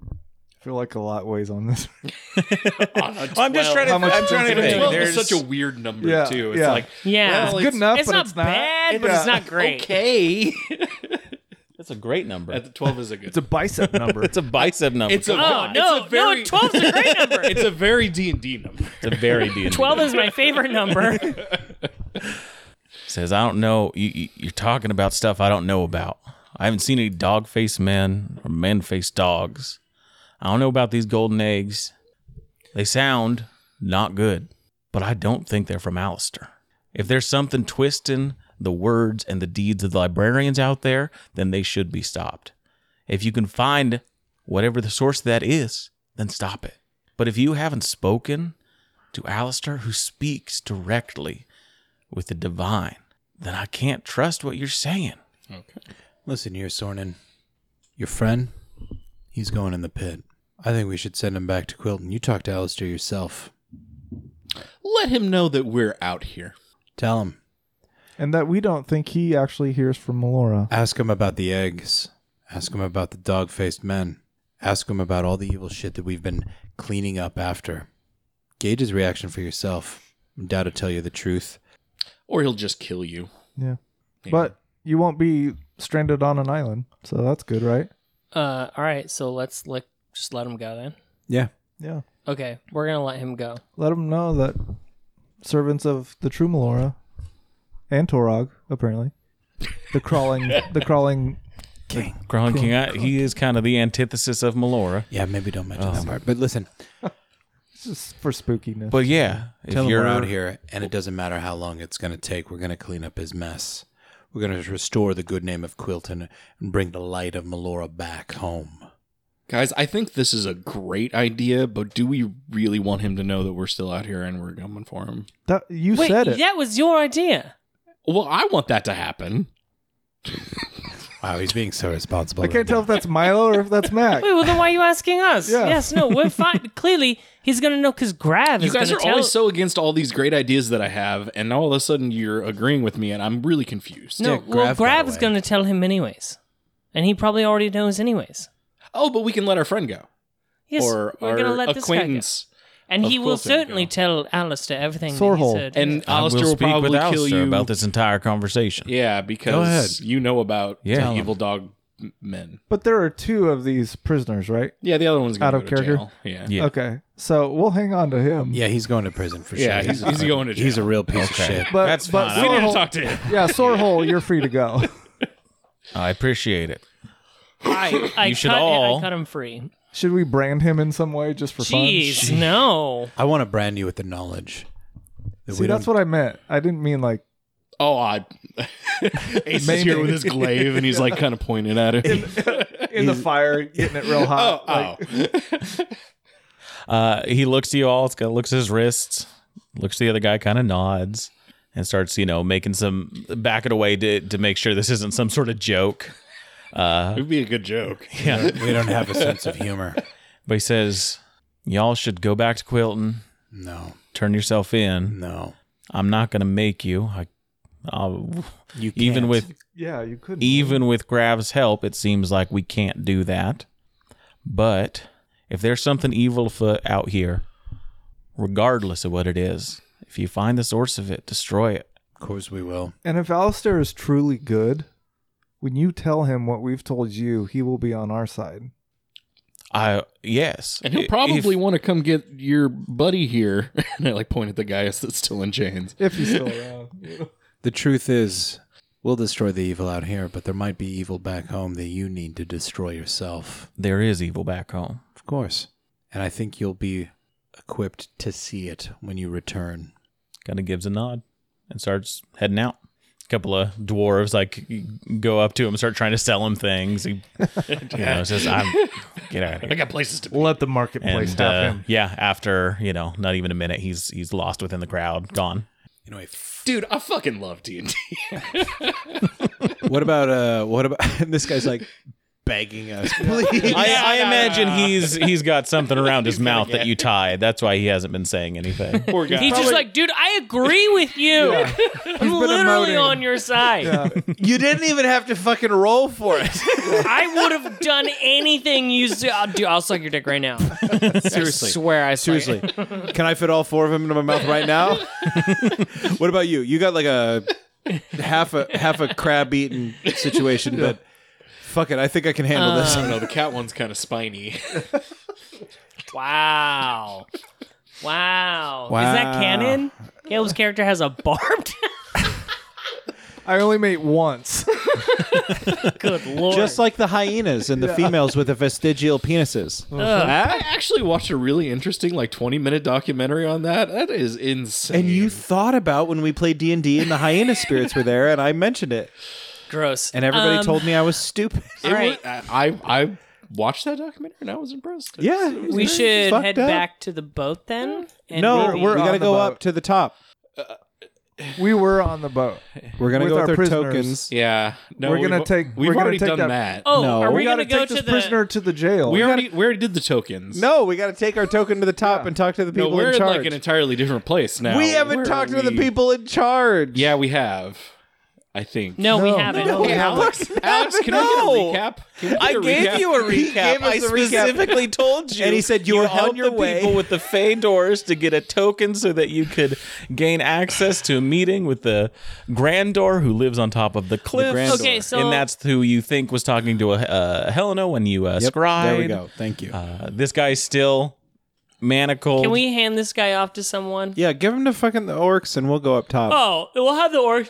S3: I feel like a lot weighs
S4: [laughs]
S3: on this.
S1: I'm just trying to.
S3: How much
S1: I'm
S3: is
S1: trying to
S3: it?
S1: think.
S4: Twelve
S1: There's
S4: is such a weird number
S3: Yeah,
S4: too. It's
S3: yeah.
S4: like
S2: Yeah,
S3: It's good enough,
S2: It's
S3: but
S2: not
S3: it's not.
S2: bad, but
S3: Yeah.
S2: it's not great. [laughs]
S4: okay.
S1: That's a great number.
S4: At the twelve is a good.
S3: It's a bicep number.
S4: [laughs]
S1: It's a bicep number.
S4: It's a
S2: Oh no,
S4: it's a very,
S2: no, twelve's a great number.
S4: [laughs] It's a very D and D number.
S1: It's a very D.
S2: [laughs] Twelve is my favorite number.
S1: says I don't know. You, you, you're talking about stuff I don't know about. I haven't seen any dog faced men or men faced dogs. I don't know about these golden eggs. They sound not good, but I don't think they're from Alistair. If there's something twisting the words and the deeds of the librarians out there, then they should be stopped. If you can find whatever the source of that is, then stop it. But if you haven't spoken to Alistair, who speaks directly with the divine, then I can't trust what you're saying.
S6: Listen here, Sornin. Your friend, he's going in the pit. I think we should send him back to Quilton. You talk to Alistair yourself.
S4: [laughs] Let him know that we're out here.
S6: Tell him.
S3: and that we don't think he actually hears from Melora.
S6: Ask him about the eggs. Ask him about the dog faced men. Ask him about all the evil shit that we've been cleaning up after. Gauge his reaction for yourself. I doubt he'll tell you the truth.
S4: Or he'll just kill you.
S3: Yeah.
S4: Yeah.
S3: But you won't be stranded on an island. So that's good, right?
S2: Uh, all right, so let's let just let him go then.
S6: Yeah.
S3: Yeah.
S2: Okay, we're gonna let him go.
S3: Let him know that servants of the true Melora and Torog, apparently. The crawling the crawling
S1: Crawling King, I, he is kind of the antithesis of Melora.
S6: Yeah, maybe don't mention that part. But listen,
S3: this is for spookiness.
S1: But yeah, if
S6: tell him
S1: you're
S6: we're out here, and it doesn't matter how long it's going to take. We're going to clean up his mess. We're going to restore the good name of Quilton and bring the light of Melora back home.
S4: Guys, I think this is a great idea, but do we really want him to know that we're still out here and we're coming for him?
S3: that, you
S2: Wait,
S3: said it.
S2: that was your idea.
S4: Well, I want that to happen.
S6: Wow, he's being so responsible.
S3: I
S6: right
S3: can't tell
S6: now.
S3: if that's Milo or if that's Mac.
S2: Wait, well then why are you asking us?
S3: Yeah.
S2: Yes, no,
S3: [laughs]
S2: we're fine. Clearly, he's gonna know because Grav
S4: You
S2: is
S4: guys
S2: gonna
S4: are
S2: tell.
S4: always so against all these great ideas that I have, and now all of a sudden you're agreeing with me, and I'm really confused.
S2: no,
S6: Yeah,
S2: well,
S6: Grav got
S2: Grav is
S6: away.
S2: gonna tell him anyways, and he probably already knows anyways.
S4: Oh, but we can let our friend go.
S2: Yes,
S4: or
S2: we're
S4: our
S2: gonna let this guy go.
S4: acquaintance.
S2: and
S4: of
S2: he will
S4: Quilton go.
S2: certainly tell Alistair everything
S3: Sorhol.
S2: that he said.
S4: And
S1: I will
S4: Alistair will,
S1: speak
S4: probably
S1: with
S4: kill
S1: Alistair
S4: you.
S1: about this entire conversation.
S4: Yeah, because you know about
S1: Yeah.
S4: the
S1: Tell him.
S4: evil dog m- men.
S3: But there are two of these prisoners, right?
S4: Yeah, the other one's gonna
S3: Out
S4: go
S3: of
S4: to
S3: character?
S4: jail. Yeah.
S1: Yeah.
S3: Okay. So we'll hang on to him.
S6: Yeah, he's going to prison for
S4: Yeah,
S6: sure.
S4: he's- he's going to
S6: He's a
S4: jail.
S6: real piece of shit.
S3: But,
S1: That's
S3: but
S1: fine. We
S4: We're gonna
S3: Sorhol-
S4: talk to
S3: [laughs]
S4: him.
S3: Yeah, Sorhol, you're free to go. [laughs]
S1: I appreciate it.
S2: I, I
S1: You should
S2: cut him-
S1: all-
S2: I cut him free.
S3: Should we brand him in some way just for fun?
S2: Jeez,
S4: [laughs]
S2: no.
S6: I want to brand you with the knowledge. That
S3: See, that's
S6: don't-
S3: what I meant. I didn't mean like
S4: Oh, I. [laughs] Ace is here
S3: Maybe.
S4: with his glaive, and he's like kind of pointing at
S3: [laughs]
S4: him.
S3: in the fire, getting it [laughs] real hot.
S4: oh,
S1: Uh, he looks to you all. It's got looks at his wrists. Looks to the other guy, kind of nods, and starts you know making some back it away to to make sure this isn't some sort of joke.
S4: it would be a good joke.
S1: Yeah.
S6: We don't have a sense of humor.
S1: But he says, "Y'all should go back to Quilton.
S6: No,
S1: Turn yourself in.
S6: no.
S1: I'm not gonna make you. I, I'll,
S6: You can't.
S1: even with
S3: yeah, you couldn't.
S1: even with Grav's help, it seems like we can't do that. But if there's something evil afoot out here, regardless of what it is, if you find the source of it, destroy it.
S6: Of course we will.
S3: And if Alistair is truly good, When you tell him what we've told you, he will be on our side.
S1: I yes,
S4: And he'll
S1: If-
S4: probably want to come get your buddy here. [laughs] and I like point at the guy that's still in chains.
S3: If he's still around.
S5: The truth is, we'll destroy the evil out here, but there might be evil back home that you need to destroy yourself.
S1: there is evil back home.
S5: Of course. And I think you'll be equipped to see it when you return.
S1: Kind of gives a nod and starts heading out. A couple of dwarves like go up to him, start trying to sell him things.
S4: [laughs]
S1: He, you know, says, "I'm get out of here."
S4: I got places to be.
S3: Let the marketplace
S1: And
S3: have
S1: uh,
S3: him.
S1: yeah, after you know, not even a minute, he's he's lost within the crowd, gone.
S5: You know, if,
S4: Dude, I fucking love D&D.
S5: what about uh what about [laughs] this guy's like begging us, please.
S1: [laughs] I, I imagine he's he's got something around his mouth that [laughs] you tied. That's why he hasn't been saying [laughs] anything.
S4: Poor guy.
S2: He's just like, dude, I agree with you. I'm literally on your side.
S5: you didn't even have to fucking roll for it.
S2: I would have done anything you said. I'll, do, I'll suck your dick right now.
S5: Seriously.
S2: I swear I suck it.
S5: Seriously. Can I fit all four of them into my mouth right now? [laughs] what about you? You got like a half a half a crab eaten situation, but fuck it, I think I can handle this.
S4: I don't know, the cat one's kind of spiny.
S2: Wow. Wow. Is that
S5: Wow.
S2: canon? Caleb's character has a barbed. [laughs]
S3: I only mate once.
S2: Good lord.
S5: [laughs] Just like the hyenas and the females with the vestigial penises.
S4: I actually watched a really interesting, like, 20 minute documentary on that. That is insane.
S5: And you thought about when we played D and D, and the hyena spirits were there, and I mentioned it,
S2: gross.
S5: and everybody
S2: Um,
S5: told me I was stupid.
S4: It
S2: right.
S4: was- I, I I watched that documentary and I was impressed. It's-
S5: yeah,
S2: We should
S5: fucked
S2: head
S5: up.
S2: back to the boat then. And
S5: No,
S2: maybe-
S5: we're we
S3: on
S5: got to
S3: the
S5: go up
S3: boat.
S5: to the top.
S3: We were on the boat.
S5: We're gonna
S3: With
S7: go
S3: our
S7: with our
S3: prisoners.
S7: tokens.
S4: Yeah. No,
S3: We're gonna
S4: we've-
S3: take-
S4: We've
S3: we're gonna
S4: already
S3: take
S4: done
S3: that-
S4: that.
S2: Oh,
S5: No.
S2: are we,
S3: We got
S2: gonna
S3: to
S2: go
S3: take
S2: to
S3: this
S2: the
S3: prisoner to the jail.
S4: we already we already did the tokens.
S5: No, we got to take our token to the top and talk to the
S4: no
S5: people
S4: we're
S5: in
S4: in
S5: charge.
S4: like an entirely different place now.
S5: we haven't
S4: Where
S5: talked
S4: are
S5: to the
S4: we?
S5: people in charge.
S4: Yeah, we have. I think.
S2: No, we
S3: No.
S2: haven't.
S3: No, we
S5: Alex,
S4: Alex, can we get a recap? Can we get a recap?
S1: a
S5: [laughs] He gave us a recap.
S1: told you,
S5: And he said you were
S1: helped
S5: on your
S1: the
S5: way.
S1: people with the Fey doors to get a token so that you could gain access to a meeting with the Grandor who lives on top of the cliff.
S5: Grandor.
S2: Okay, so-
S1: and that's who you think was talking to uh, Helena when you uh,
S5: Yep,
S1: scried.
S5: There we go. Thank you.
S1: Uh, this guy's still manacled.
S2: Can we hand this guy off to someone?
S5: yeah, give him to fucking the orcs, and we'll go up top.
S2: Oh, we'll have the orc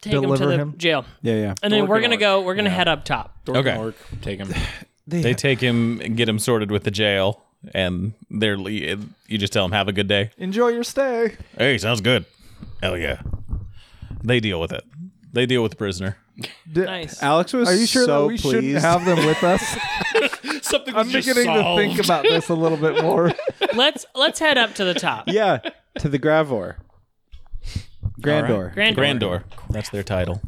S2: take him to
S3: Deliver
S2: the
S3: him?
S2: jail,
S5: Yeah, yeah.
S2: and then
S4: Orc
S2: we're
S4: and
S2: gonna
S4: orc.
S2: go. We're gonna head up top.
S4: Dork and
S1: Okay.
S4: Orc, take him.
S1: They take him and get him sorted with the jail, and they're le- you just tell him have a good day.
S3: Enjoy your stay.
S1: Hey, sounds good. Hell yeah. They deal with it. They deal with the prisoner.
S3: Di-
S2: Nice.
S5: Alex was
S3: Are you sure
S5: so
S3: that we shouldn't
S5: pleased.
S3: have them with us?
S4: Something
S3: I'm beginning to think about this a little bit [laughs] more.
S2: let's let's head up to
S1: [laughs]
S2: the top.
S5: [laughs] yeah, to the Gravor. Grandor.
S2: Grand,
S1: Grandor. That's their title.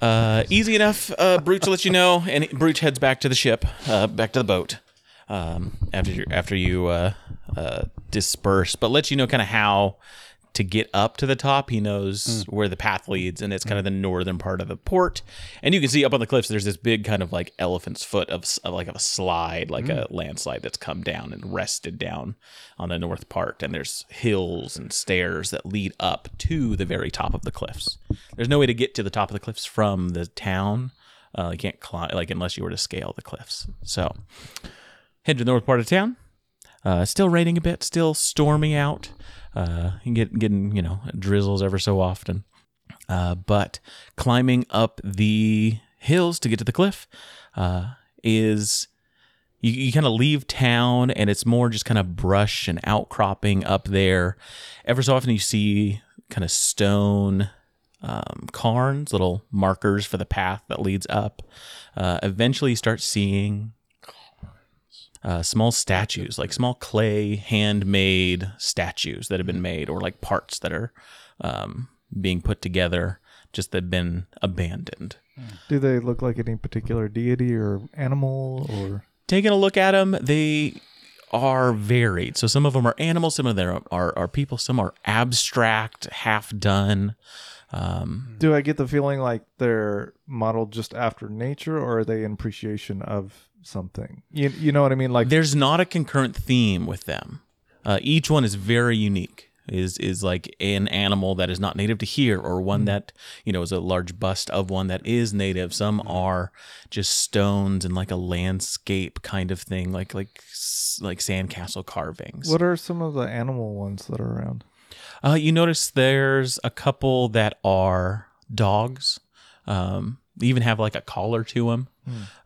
S1: Uh, easy enough, uh, Brooch lets you know, and Brooch heads back to the ship, uh, back to the boat, um, after you, after you uh, uh, disperse, but lets you know kind of how to get up to the top. He knows where the path leads, and it's kind of the northern part of the port. And you can see up on the cliffs, there's this big kind of like elephant's foot of, s- of like of a slide, like a landslide that's come down and rested down on the north part. And there's hills and stairs that lead up to the very top of the cliffs. There's no way to get to the top of the cliffs from the town. Uh, you can't climb like unless you were to scale the cliffs. So head to the north part of town. Uh, still raining a bit, still stormy out. Uh, and get getting you know drizzles ever so often. Uh, but climbing up the hills to get to the cliff uh, is you, you kind of leave town and it's more just kind of brush and outcropping up there. Ever so often you see kind of stone um, cairns, little markers for the path that leads up. Uh, eventually you start seeing uh, small statues, like small clay handmade statues that have been made, or like parts that are um, being put together, just that have been abandoned.
S3: Do they look like any particular deity or animal or
S1: Taking a look at them, they are varied. So some of them are animals, some of them are, are people, some are abstract, half done. Um,
S3: do I get the feeling like they're modeled just after nature or are they in appreciation of something? You, you know what I mean? Like
S1: there's not a concurrent theme with them. Uh, each one is very unique. is is like an animal that is not native to here or one that you know is a large bust of one that is native some are just stones and like a landscape kind of thing like like s- like sandcastle carvings
S3: What are some of the animal ones that are around?
S1: uh, you notice there's a couple that are dogs. Um, they even have like a collar to them.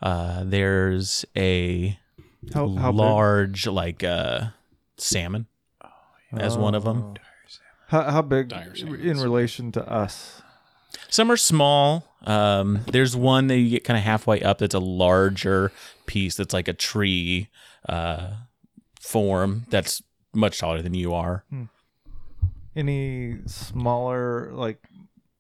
S1: Uh, there's a
S3: How, how big?
S1: large like uh, salmon as one of them.
S3: How, how big
S4: Dire
S3: in relation to us?
S1: Some are small. Um, there's one that you get kind of halfway up that's a larger piece that's like a tree uh, form that's much taller than you are.
S3: Hmm. Any smaller like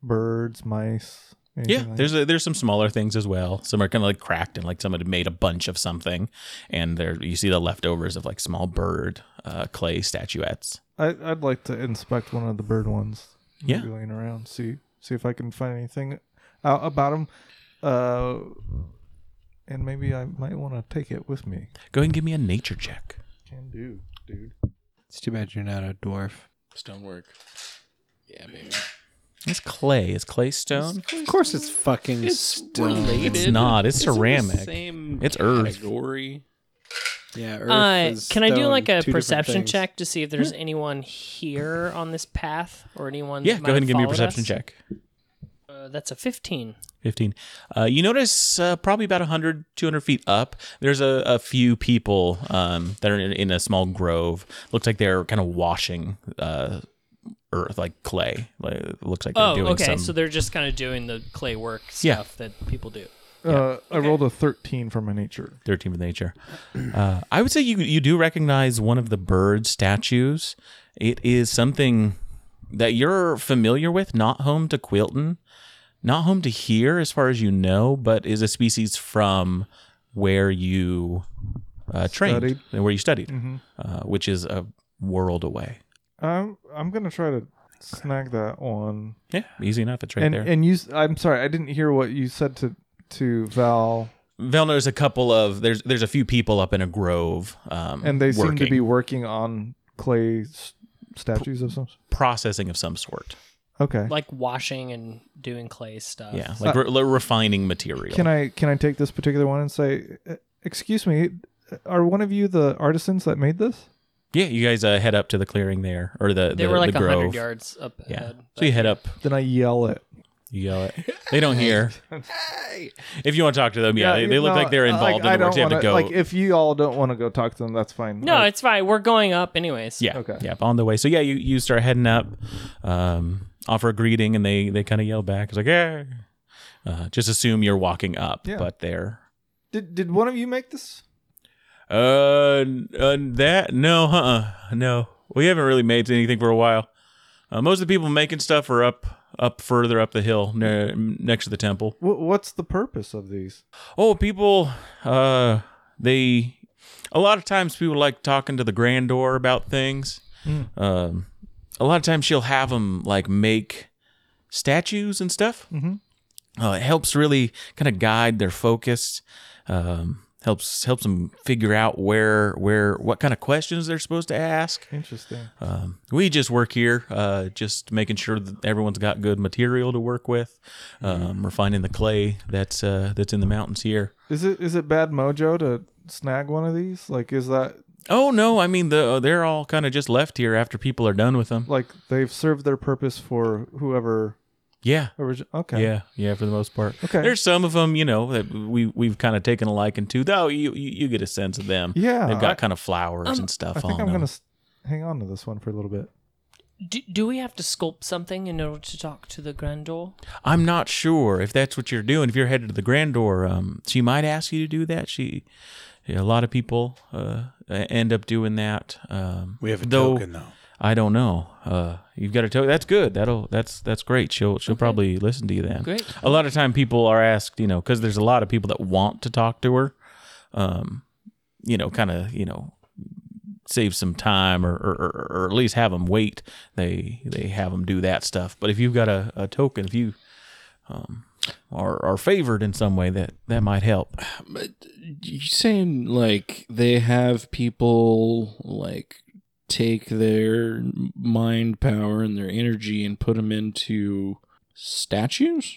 S3: birds, mice?
S1: Yeah,
S3: anything like
S1: there's a, there's some smaller things as well. Some are kind of like cracked and like somebody made a bunch of something, and there you see the leftovers of like small bird uh, clay statuettes.
S3: I, I'd like to inspect one of the bird ones.
S1: Yeah.
S3: Maybe laying around, see see if I can find anything out about them, uh, and maybe I might want to take it with me.
S1: Go ahead and give me a nature check.
S3: Can do, dude.
S5: It's too bad you're not a dwarf.
S4: Stonework. Yeah, baby.
S1: It's clay. It's clay stone.
S5: Of course, it's fucking stone.
S1: It's not. It's ceramic. It's earth.
S4: Category.
S5: Yeah.
S2: Uh, can I do like a perception check to see if there's anyone here on this path or anyone?
S1: Yeah,
S2: that
S1: go
S2: might
S1: ahead
S2: have
S1: and give me a
S2: followed
S1: perception
S2: us?
S1: check.
S2: Uh, that's a 15.
S1: 15 uh, you notice uh, probably about 100 200 feet up there's a, a few people um, that are in, in a small grove looks like they're kind of washing uh, earth like clay like, it looks like they're
S2: Oh,
S1: doing
S2: okay.
S1: some
S2: So they're just kind of doing the clay work
S1: Yeah.
S2: stuff that people do.
S3: Uh, I rolled a thirteen for my nature.
S1: 13 with nature. Uh, I would say you you do recognize one of the bird statues. It is something that you're familiar with, not home to Quilton, not home to here as far as you know, but is a species from where you uh, trained
S3: Studied. Mm-hmm.
S1: and where you studied, uh, which is a world away.
S3: I'm I'm gonna try to snag that one.
S1: Yeah, easy enough. It's right
S3: and
S1: there.
S3: and you, s- I'm sorry, I didn't hear what you said to to Val.
S1: Velner's a couple of there's there's a few people up in a grove, um,
S3: And they
S1: working,
S3: seem to be working on clay s- statues of some. s-
S1: processing of some sort.
S3: Okay.
S2: Like washing and doing clay stuff.
S3: Uh,
S1: Yeah, like re- re- refining material.
S3: Can I can I take this particular one and say, "Uh, excuse me, are one of you the artisans that made this?
S1: Yeah, you guys uh, head up to the clearing there, or the
S2: They
S1: the,
S2: were like
S1: the
S2: 100
S1: grove.
S2: yards up
S1: yeah,
S2: ahead.
S1: so you head up.
S3: Then I yell it.
S1: You yell it. They don't
S3: [laughs]
S1: hear. if you want to talk to them, yeah, they, they look
S3: no,
S1: like they're
S3: uh,
S1: involved
S3: I
S1: in the works.
S3: don't
S1: You have to
S3: wanna-
S1: go.
S3: Like if you all don't want to go talk to them, that's fine.
S2: No,
S3: I,
S2: it's fine. We're going up anyways.
S1: yeah,
S3: okay.
S1: yeah, on the way. So yeah, you, you start heading up, um, offer a greeting, and they they kind of yell back. It's like yeah. Uh, just assume you're walking up,
S3: Yeah.
S1: but they're
S3: did did one of you make this?
S1: uh, n- uh that no, uh, no, we haven't really made anything for a while. Uh, most of the people making stuff are up up further up the hill ne- next to the temple.
S3: Wh- what's the purpose of these?
S1: oh people uh they a lot of times people like talking to the grandeur about things um a lot of times she'll have them like make statues and stuff mm-hmm. uh, it helps really kind of guide their focus um helps helps them figure out where where what kind of questions they're supposed to ask
S3: Interesting.
S1: um, we just work here, uh, just making sure that everyone's got good material to work with, um, refining the clay that's uh, that's in the mountains here.
S3: Is it is it bad mojo to snag one of these? Like is that
S1: Oh no, I mean the they're all kind of just left here after people are done with them.
S3: like they've served their purpose for whoever
S1: Yeah.
S3: origin? Okay.
S1: Yeah, yeah, for the most part.
S3: Okay.
S1: There's some of them, you know, that we we've kind of taken a liking to. Though you you you get a sense of them.
S3: Yeah,
S1: they've got
S3: I-
S1: kind of flowers and stuff
S3: I think
S1: on
S3: I'm
S1: them.
S3: gonna s- hang on to this one for a little bit.
S2: Do, do we have to sculpt something in order to talk to the grandor?
S1: I'm not sure if that's what you're doing. If you're headed to the Grand Door, um, she might ask you to do that. She, a lot of people uh, end up doing that. Um,
S6: We have a
S1: though,
S6: token, though.
S1: I don't know. Uh, you've got a token. That's good. That'll that's that's great. She'll she'll probably listen to you then.
S2: Great.
S1: A lot of time people are asked, you know, because there's a lot of people that want to talk to her. Um, you know, kind of you know, save some time or or, or or at least have them wait. They they have them do that stuff. But if you've got a, a token, if you um are are favored in some way, that that might help.
S4: You saying like they have people like take their mind power and their energy and put them into statues.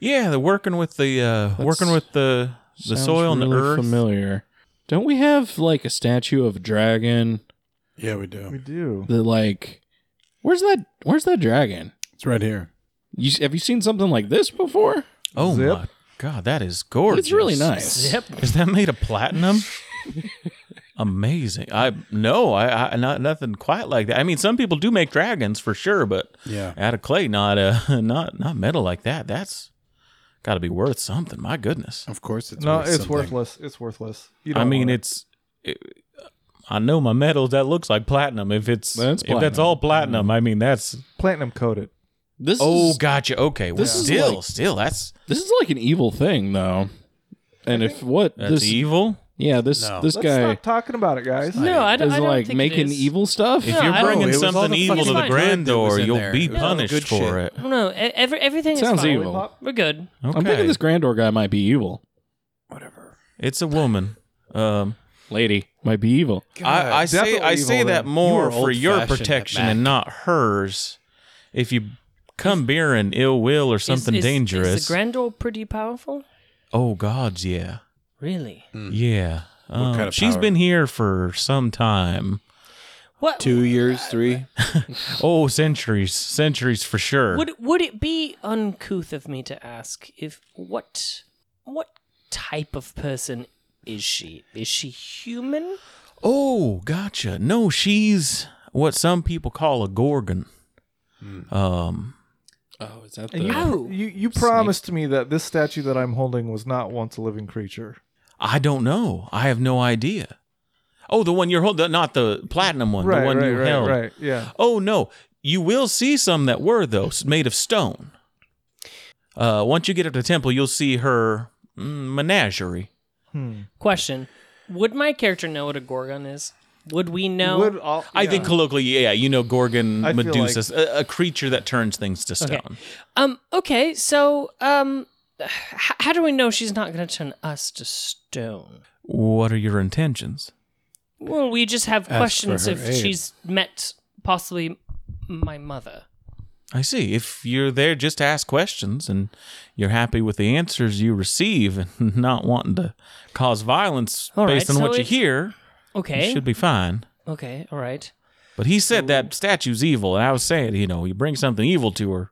S1: Yeah, they're working with the uh, working with the the
S4: Sounds
S1: soil and the
S4: really
S1: earth.
S4: Familiar. Don't we have like a statue of a dragon
S6: Yeah, we
S3: We
S6: do.
S3: do.
S4: that like? Where's that? Where's that dragon?
S6: It's right here.
S4: You have you seen something like this before?
S1: Oh
S3: Zip.
S1: my god, that is gorgeous.
S4: It's really nice.
S2: Zip.
S1: Is that made of platinum? Amazing. I no, I, I not nothing quite like that. I mean, some people do make dragons for sure, but
S6: Yeah.
S1: out of clay, not uh, [laughs] not not metal like that. That's got to be worth something. My goodness.
S6: Of course it's
S3: no,
S6: worth
S3: it's
S6: something.
S3: worthless. It's worthless. You
S1: I
S3: don't
S1: mean,
S3: want it.
S1: it's. It, I know my metals. That looks like platinum. If it's
S4: That's
S1: if that's
S4: platinum.
S1: all platinum, I mean that's.
S3: platinum coated.
S4: This
S1: Oh,
S4: is
S1: gotcha. Okay. Well,
S4: this is
S1: still,
S4: like-
S1: still, that's
S4: this is like an evil thing though. And if what
S1: that's
S4: this
S1: evil.
S4: yeah this
S6: No.
S4: this
S3: Let's
S4: guy
S3: stop talking about it, guys.
S2: No, I don't.
S4: is
S2: I don't
S4: like
S2: think it
S4: making
S2: is.
S4: evil stuff.
S1: If you're
S2: I don't-
S1: bringing
S6: it was all
S1: something
S6: the
S1: evil to
S2: fucking
S1: the
S2: good
S1: grand
S6: that was
S1: door,
S6: in
S1: you'll
S6: there.
S1: be
S6: It was all the
S1: punished
S6: good
S1: for
S6: shit.
S1: it.
S2: No, e- every, everything
S4: Sounds
S2: is fine.
S4: evil.
S3: Lollipop?
S2: We're good.
S1: Okay.
S4: I'm thinking this Grandor guy might be evil.
S1: It's a woman. Um,
S4: Lady might be evil.
S1: I, I say I
S5: evil
S1: say
S5: then.
S1: that more
S6: You are
S1: for your
S6: old-fashioned at
S1: protection
S6: Mac.
S1: and not hers. If you come bearing ill will or something
S2: Is- is-
S1: dangerous,
S2: Is the Grendel pretty powerful?
S1: oh gods, yeah,
S2: Really?
S4: Mm.
S1: yeah. Um,
S6: Hmm. kind of
S1: she's
S6: power?
S1: been here for some time.
S2: What
S6: Two years, three.
S1: Oh, centuries, centuries for sure.
S2: would would it be uncouth of me to ask if what what type of person is she? Is she human?
S1: Oh, gotcha. No, she's what some people call a gorgon. Um,
S4: Oh, is that
S3: And you,
S2: Oh.
S3: you you promised me that this statue that I'm holding was not once a living creature.
S1: I don't know. I have no idea. Oh, the one you're holding, not the platinum one,
S3: right,
S1: the one
S3: right,
S1: you
S3: right,
S1: held.
S3: right. Yeah.
S1: Oh no, you will see some that were though s- made of stone. Uh, once you get up to the temple, you'll see her mm, menagerie.
S2: Question: Would my character know what a gorgon is? Would we know?
S3: Would all-
S1: I
S3: yeah.
S1: think colloquially, yeah, you know, Gorgon,
S3: I feel
S1: Medusa, a, a creature that turns things to stone.
S2: um. Okay. So, um, h- how do we know she's not going to turn us to stone?
S1: What are your intentions?
S2: Well, we just have
S6: for
S2: questions
S6: her
S2: if
S6: aid.
S2: she's met possibly my mother.
S1: I see. If you're there just to ask questions and you're happy with the answers you receive and [laughs] not wanting to cause violence
S2: All right,
S1: based on
S2: so
S1: what you
S2: it's-
S1: hear,
S2: Okay.
S1: you should be fine.
S2: okay. All right.
S1: But he said that statue's evil, and I was saying, you know, you bring something evil to her,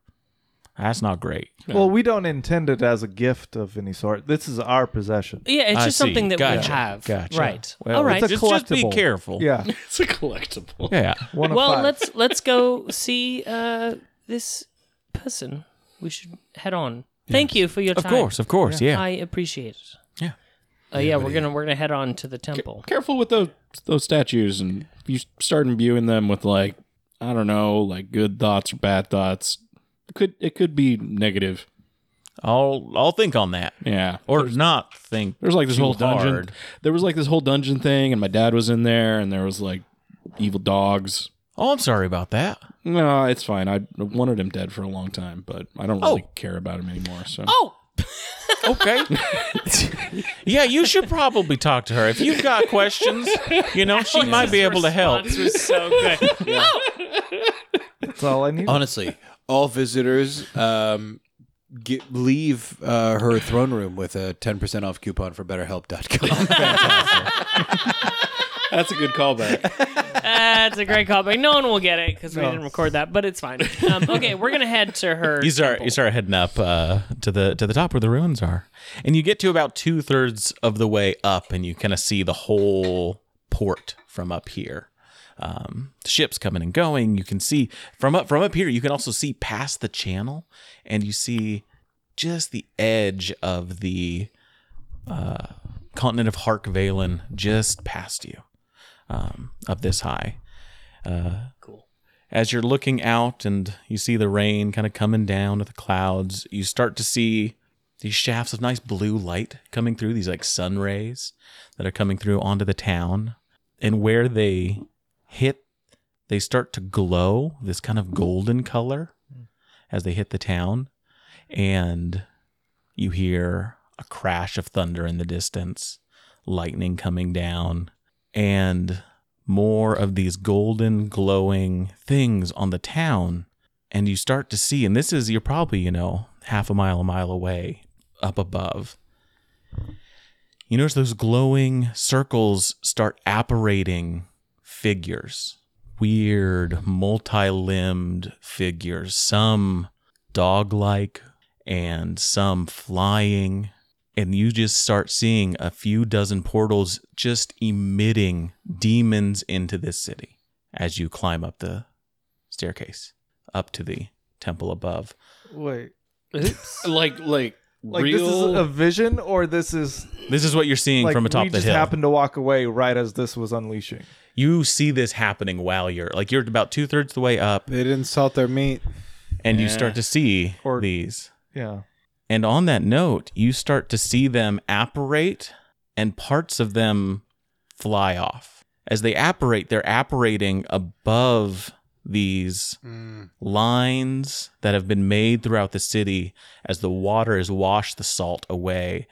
S1: that's not great.
S3: Well, we don't intend it as a gift of any sort. This is our possession.
S2: Yeah, it's
S1: I
S2: just
S1: see.
S2: something that we
S1: Gotcha.
S2: have.
S1: Gotcha.
S2: Right.
S1: Well,
S2: All
S1: it's
S2: right.
S3: It's a
S1: Just- just be
S3: collectible.
S1: careful.
S3: Yeah.
S4: [laughs] it's a collectible.
S1: Yeah.
S3: One of
S2: well,
S3: five.
S2: let's
S1: [laughs]
S2: let's go see uh, this person. We should head on. Thank you for your
S1: Of
S2: time.
S1: course, of course, yeah.
S2: I appreciate it.
S1: Yeah.
S2: Uh, yeah, we're gonna we're gonna head on to the temple.
S4: Careful with those those statues, and if you start imbuing them with like I don't know, like good thoughts or bad thoughts. It could it could be negative?
S1: I'll I'll think on that.
S4: Yeah.
S1: Or not think
S4: There was like this
S1: too
S4: whole dungeon.
S1: hard.
S4: There was like this whole dungeon thing, and my dad was in there, and there was like evil dogs.
S1: Oh, I'm sorry about that.
S4: No, it's fine. I wanted him dead for a long time, but I don't really
S1: Oh.
S4: care about him anymore. So
S2: Oh,
S1: Okay. [laughs] yeah, you should probably talk to her. If you've got questions, you know, she might be able to help.
S2: was so good.
S3: That's all I need.
S6: Honestly, all visitors um, get, leave uh, her throne room with a 10% off coupon for
S5: [laughs]
S6: betterhelp.com.
S4: that's a good callback.
S2: [laughs] That's a great callback. No one will get it because we didn't record that, but it's fine. Um, okay, we're gonna head to her.
S1: You start, you start heading up uh, to the to the top where the ruins are, and you get to about two thirds of the way up, and you kind of see the whole port from up here. Um, ships coming and going. You can see from up from up here. You can also see past the channel, and you see just the edge of the uh, continent of Harkvalen just past you, um, up this high as you're looking out and you see the rain kind of coming down with the clouds, you start to see these shafts of nice blue light coming through, these like sun rays that are coming through onto the town. And where they hit, they start to glow this kind of golden color as they hit the town. And you hear a crash of thunder in the distance, lightning coming down, and more of these golden glowing things on the town and you start to see and this is you're probably you know half a mile a mile away up above you notice those glowing circles start apparating figures weird multi-limbed figures some dog-like and some flying and you just start seeing a few dozen portals just emitting demons into this city as you climb up the staircase up to the temple above
S3: Wait.
S4: [laughs] like like,
S3: Like
S4: real
S3: this is a vision or this is
S1: this is what you're seeing
S3: like
S1: from atop
S3: we
S1: the
S3: just
S1: hill
S3: happened to walk away right as this was unleashing.
S1: you see this happening while you're like you're about two-thirds the way up
S5: They didn't salt their meat.
S1: and you
S4: Yeah.
S1: start to see
S3: Or-
S1: these
S3: Yeah.
S1: And on that note, you start to see them apparate and parts of them fly off. As they apparate, they're apparating above these lines that have been made throughout the city as the water has washed the salt away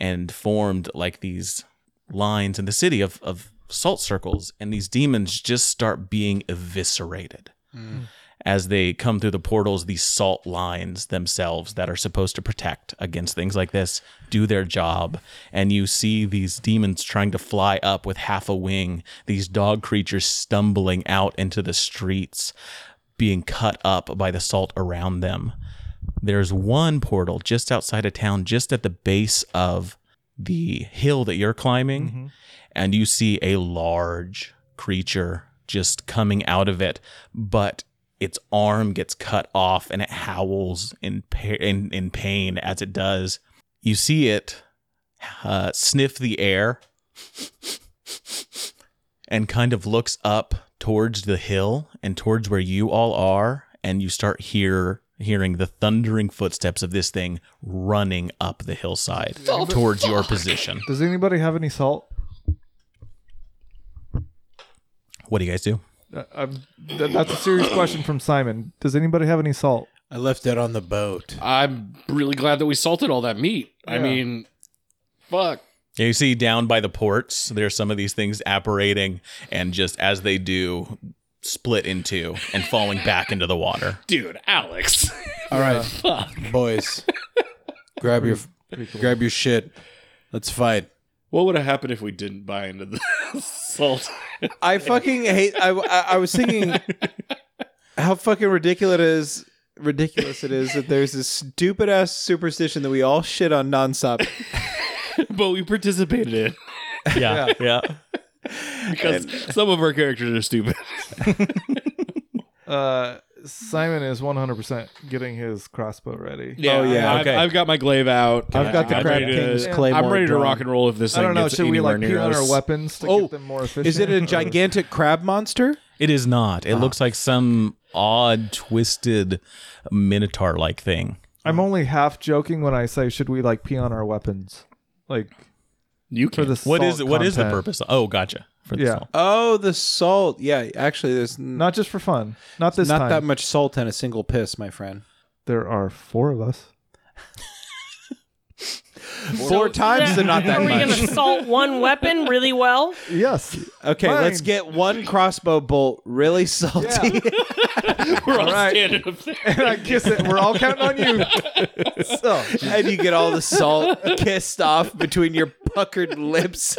S1: and formed like these lines in the city of, of salt circles. And these demons just start being eviscerated as they come through the portals, these salt lines themselves that are supposed to protect against things like this do their job. And you see these demons trying to fly up with half a wing, these dog creatures stumbling out into the streets, being cut up by the salt around them. There's one portal just outside of town, just at the base of the hill that you're climbing and you see a large creature just coming out of it, but its arm gets cut off and it howls in pa- in, in pain as it does. You see it uh, sniff the air [laughs] and kind of looks up towards the hill and towards where you all are, and you start hear hearing the thundering footsteps of this thing running up the hillside towards your position.
S3: Does anybody have any salt?
S1: What do you guys do?
S3: Uh, I'm, th- that's a serious question from Simon. Does anybody have any salt?
S6: I left that on the boat.
S4: I'm really glad that we salted all that meat. I
S3: Yeah.
S4: mean, fuck.
S1: Yeah, you see down by the ports, there's some of these things apparating, and just as they do, split in two and falling back into the water.
S4: Dude, Alex. [laughs]
S6: All right, boys, grab your grab your shit. Let's fight.
S4: What would have happened if we didn't buy into the [laughs] salt?
S5: I fucking hate. I, I, I was thinking how fucking ridiculous it is. Ridiculous it is that there's this stupid ass superstition that we all shit on nonstop.
S4: but we participated in it
S1: [laughs] Yeah, yeah.
S4: because some of our characters are stupid.
S3: Uh, Simon is 100% getting his crossbow ready.
S4: Yeah,
S5: Oh, yeah,
S4: I've,
S1: okay.
S4: I've got my glaive out.
S5: I've got the
S4: I'm
S5: Crab
S4: ready to-
S5: King's claymore.
S4: I'm ready to
S5: drawn.
S4: rock and roll if this
S3: I
S4: thing
S3: don't know.
S4: gets
S3: Should we
S4: anywhere
S3: like
S4: near
S3: peel on
S4: us.
S3: our weapons to
S5: Oh,
S3: get them more efficient?
S5: Is it a
S3: or-
S5: gigantic crab monster?
S1: It is not. It looks like some odd, twisted minotaur like thing.
S3: I'm only half joking when I say, should we like pee on our weapons? Like
S4: You
S3: for
S4: can.
S3: the
S1: What is
S3: salt
S1: it? What is the
S3: content.
S1: purpose? Oh, gotcha. For the
S3: Yeah.
S1: salt.
S5: Oh, the salt. Yeah, actually, there's n-
S3: Not just for fun. Not this
S5: not
S3: time.
S5: that much salt in a single piss, my friend.
S3: there are four of us.
S5: Four times, they're not that
S2: Are we
S5: much.
S2: gonna salt one weapon really well?
S3: Yes.
S5: [laughs] Okay,
S3: Fine.
S5: let's get one crossbow bolt really salty. [laughs]
S4: We're all
S3: right.
S4: standing up there.
S3: and [laughs] I kiss it. We're all counting on you. So
S5: and you get all the salt kissed off between your puckered lips.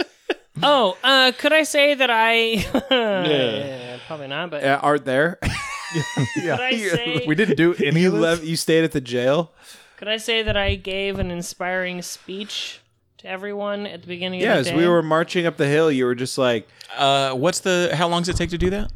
S2: Oh, uh, could I say that I? [laughs] yeah, probably not. But
S5: Uh, aren't there?
S2: could I say?
S3: we didn't do
S5: [laughs]
S3: any
S5: You
S3: of this.
S5: left. You stayed at the jail.
S2: Could I say that I gave an inspiring speech to everyone at the beginning
S5: Yeah,
S2: of the
S5: as
S2: day?
S5: we were marching up the hill, you were just like,
S1: Uh, what's the? How long does it take to do that?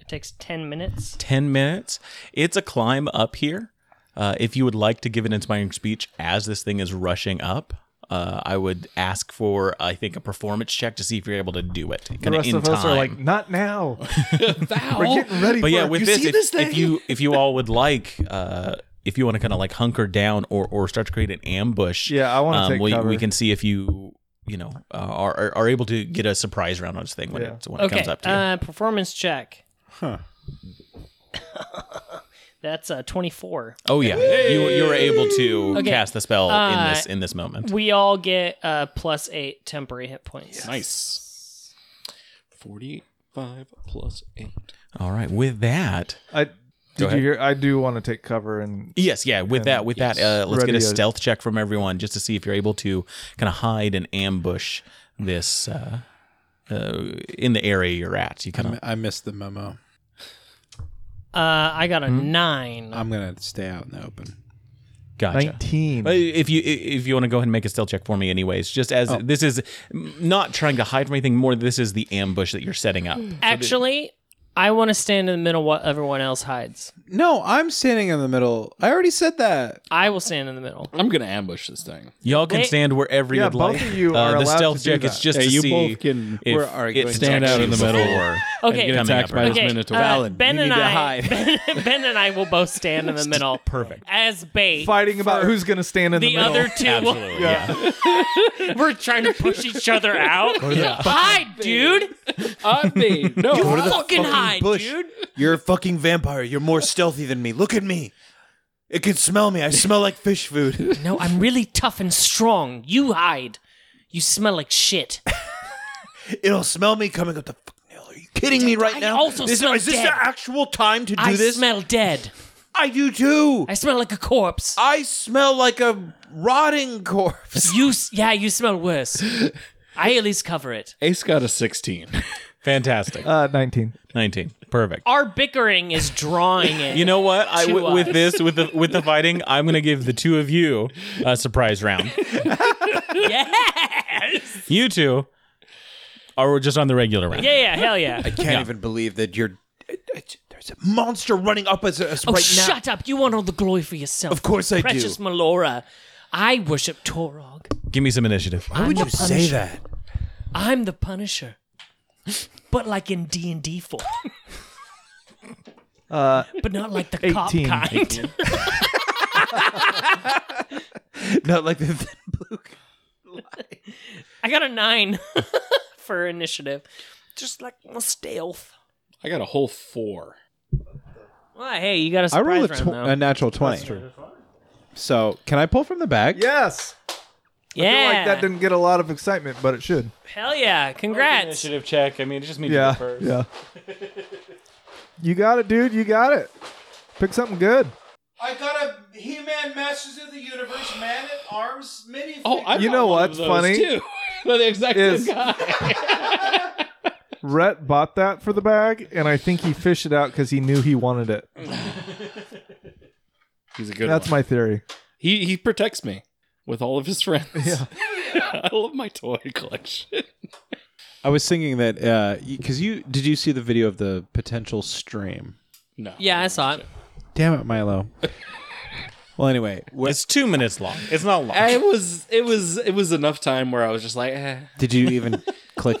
S2: It takes ten minutes.
S1: Ten minutes. It's a climb up here. Uh, if you would like to give an inspiring speech as this thing is rushing up, uh, I would ask for, I think, a performance check to see if you're able to do it.
S3: the rest of us are like, not now.
S2: [laughs]
S3: [laughs] We're getting ready.
S1: but
S3: for
S1: yeah,
S3: it.
S1: with this, if, if you if you all would like, uh, if you want to kind of like hunker down or or start to create an ambush, um,
S3: Yeah, I wanna take
S1: we,
S3: cover.
S1: we can see if you you know uh, are are- are able to get a surprise round on this thing when
S3: Yeah.
S1: it when it
S2: Okay,
S1: comes up to you.
S2: uh, performance check. Huh. [laughs] That's uh, twenty-four.
S1: oh yeah, you you were able to
S2: Okay,
S1: cast the spell in
S2: uh,
S1: this in this moment.
S2: We all get uh, plus eight temporary hit points.
S4: Nice. 48. five plus eight.
S1: All right. With that,
S3: I did
S1: ahead.
S3: you hear? I do want to take cover and
S1: Yes, yeah. With that, with that, uh, let's get a
S3: Ready a-
S1: stealth check from everyone just to see if you're able to kind of hide and ambush this uh, uh, in the area you're at. You
S3: Uh,
S1: kind of
S6: I missed the memo.
S2: Uh, I got a nine.
S6: I'm gonna stay out in the open.
S1: gotcha.
S3: nineteen.
S1: Well, If you if you want to go ahead and make a stealth check for me, anyways, just as
S3: Oh.
S1: this is not trying to hide from anything more, this is the ambush that you're setting up.
S2: Actually, I want to stand in the middle while everyone else hides.
S6: No, I'm standing in the middle. I already said that.
S2: I will stand in the middle.
S4: I'm gonna ambush this thing.
S1: Y'all can
S2: Wait.
S1: stand wherever
S3: Yeah,
S1: you'd
S3: both
S1: like. Uh,
S3: of you are
S1: the
S3: allowed
S1: stealth
S3: to do
S1: check is
S3: that.
S1: just
S4: Yeah,
S1: to
S4: you
S1: see
S4: both can-
S1: if
S4: we're
S1: it
S4: Stand
S1: attacks
S4: out in
S1: you
S4: the middle.
S1: before
S2: [laughs] Okay.
S4: and get
S1: Coming
S4: attacked
S1: up,
S4: by
S1: right?
S4: this minotaur.
S2: uh,
S6: Alan,
S2: ben
S6: you
S2: and
S6: need to
S2: I,
S6: hide.
S2: Ben, [laughs] Ben and I will both stand in the middle.
S1: Perfect.
S2: As bait.
S3: fighting about who's going to stand in the,
S2: the
S3: middle.
S2: other Oh, two,
S3: [laughs]
S1: Absolutely, yeah.
S2: we're trying to push
S6: [laughs]
S2: each other out. Hide, dude.
S4: I mean, no,
S2: You
S6: to the fucking
S2: fucking hide,
S6: bush.
S2: dude.
S6: You're a fucking vampire. You're more stealthy than me. Look at me. It can smell me. I smell like fish food.
S2: No, I'm really tough and strong. You hide. You smell like shit.
S6: It'll smell me coming up the fucking hill. Are you kidding me right
S2: I
S6: now?
S2: also
S6: this,
S2: smell
S6: is this
S2: dead.
S6: the actual time to do
S2: I
S6: this?
S2: smell dead.
S6: I do too.
S2: I smell like a corpse.
S6: I smell like a rotting corpse.
S2: You, s- yeah, you smell worse. I at least cover it.
S4: Ace got a sixteen.
S1: Fantastic.
S3: Uh, nineteen.
S1: 19. Perfect.
S2: Our bickering is drawing it.
S1: You know what? I
S2: To
S1: w- with
S2: us.
S1: this with the with the fighting, I'm gonna give the two of you a surprise round.
S2: yes.
S1: You two are just on the regular round.
S2: Yeah, yeah, hell yeah.
S6: I can't even believe that you're. There's a monster running up at us
S2: oh,
S6: right now.
S2: shut up! You want all the glory for yourself.
S6: Of course I do.
S2: Precious Melora, I worship Torog.
S1: Give me some initiative.
S2: Why
S6: would
S2: I'm
S6: you
S2: the
S6: say
S2: Punisher.
S6: that?
S2: I'm the Punisher, but like in D and D form,
S3: Uh,
S2: but not like the cop
S3: 18.
S2: kind.
S6: Not like
S5: [laughs]
S6: the thin blue.
S2: [laughs] I got a nine [laughs] for initiative. Just like my stealth.
S4: I got a whole four.
S2: Well, hey, you got a
S5: I
S2: surprise
S5: rolled a,
S2: round
S5: tw-
S2: though.
S5: a natural twenty. So can I pull from the bag?
S3: yes. I feel
S2: yeah,
S3: like that didn't get a lot of excitement, but it should.
S2: hell yeah! Congrats.
S1: Initiative check. I mean, it just means
S3: Yeah. Yeah. [laughs] you got it, dude. You got it. Pick something good.
S6: I got a He-Man Masters of the Universe Man at Arms mini.
S4: Oh, I
S3: You
S4: got
S3: know
S4: one of
S3: what's
S4: those,
S3: funny?
S4: Too. [laughs] They're the exact
S3: Is-
S4: same guy.
S3: [laughs] Rhett bought that for the bag, and I think he fished it out because he knew he wanted it.
S4: He's a good.
S3: That's
S4: one.
S3: my theory.
S4: He he protects me with all of his friends. Yeah. [laughs] I love my toy collection.
S5: I was thinking that because you did you see the video of the potential stream?
S4: No.
S2: yeah, I saw it.
S5: Damn it, Milo. well, anyway, what,
S1: It's two minutes long. It's not long.
S4: I was it was it was enough time where I was just like, eh.
S5: did you even click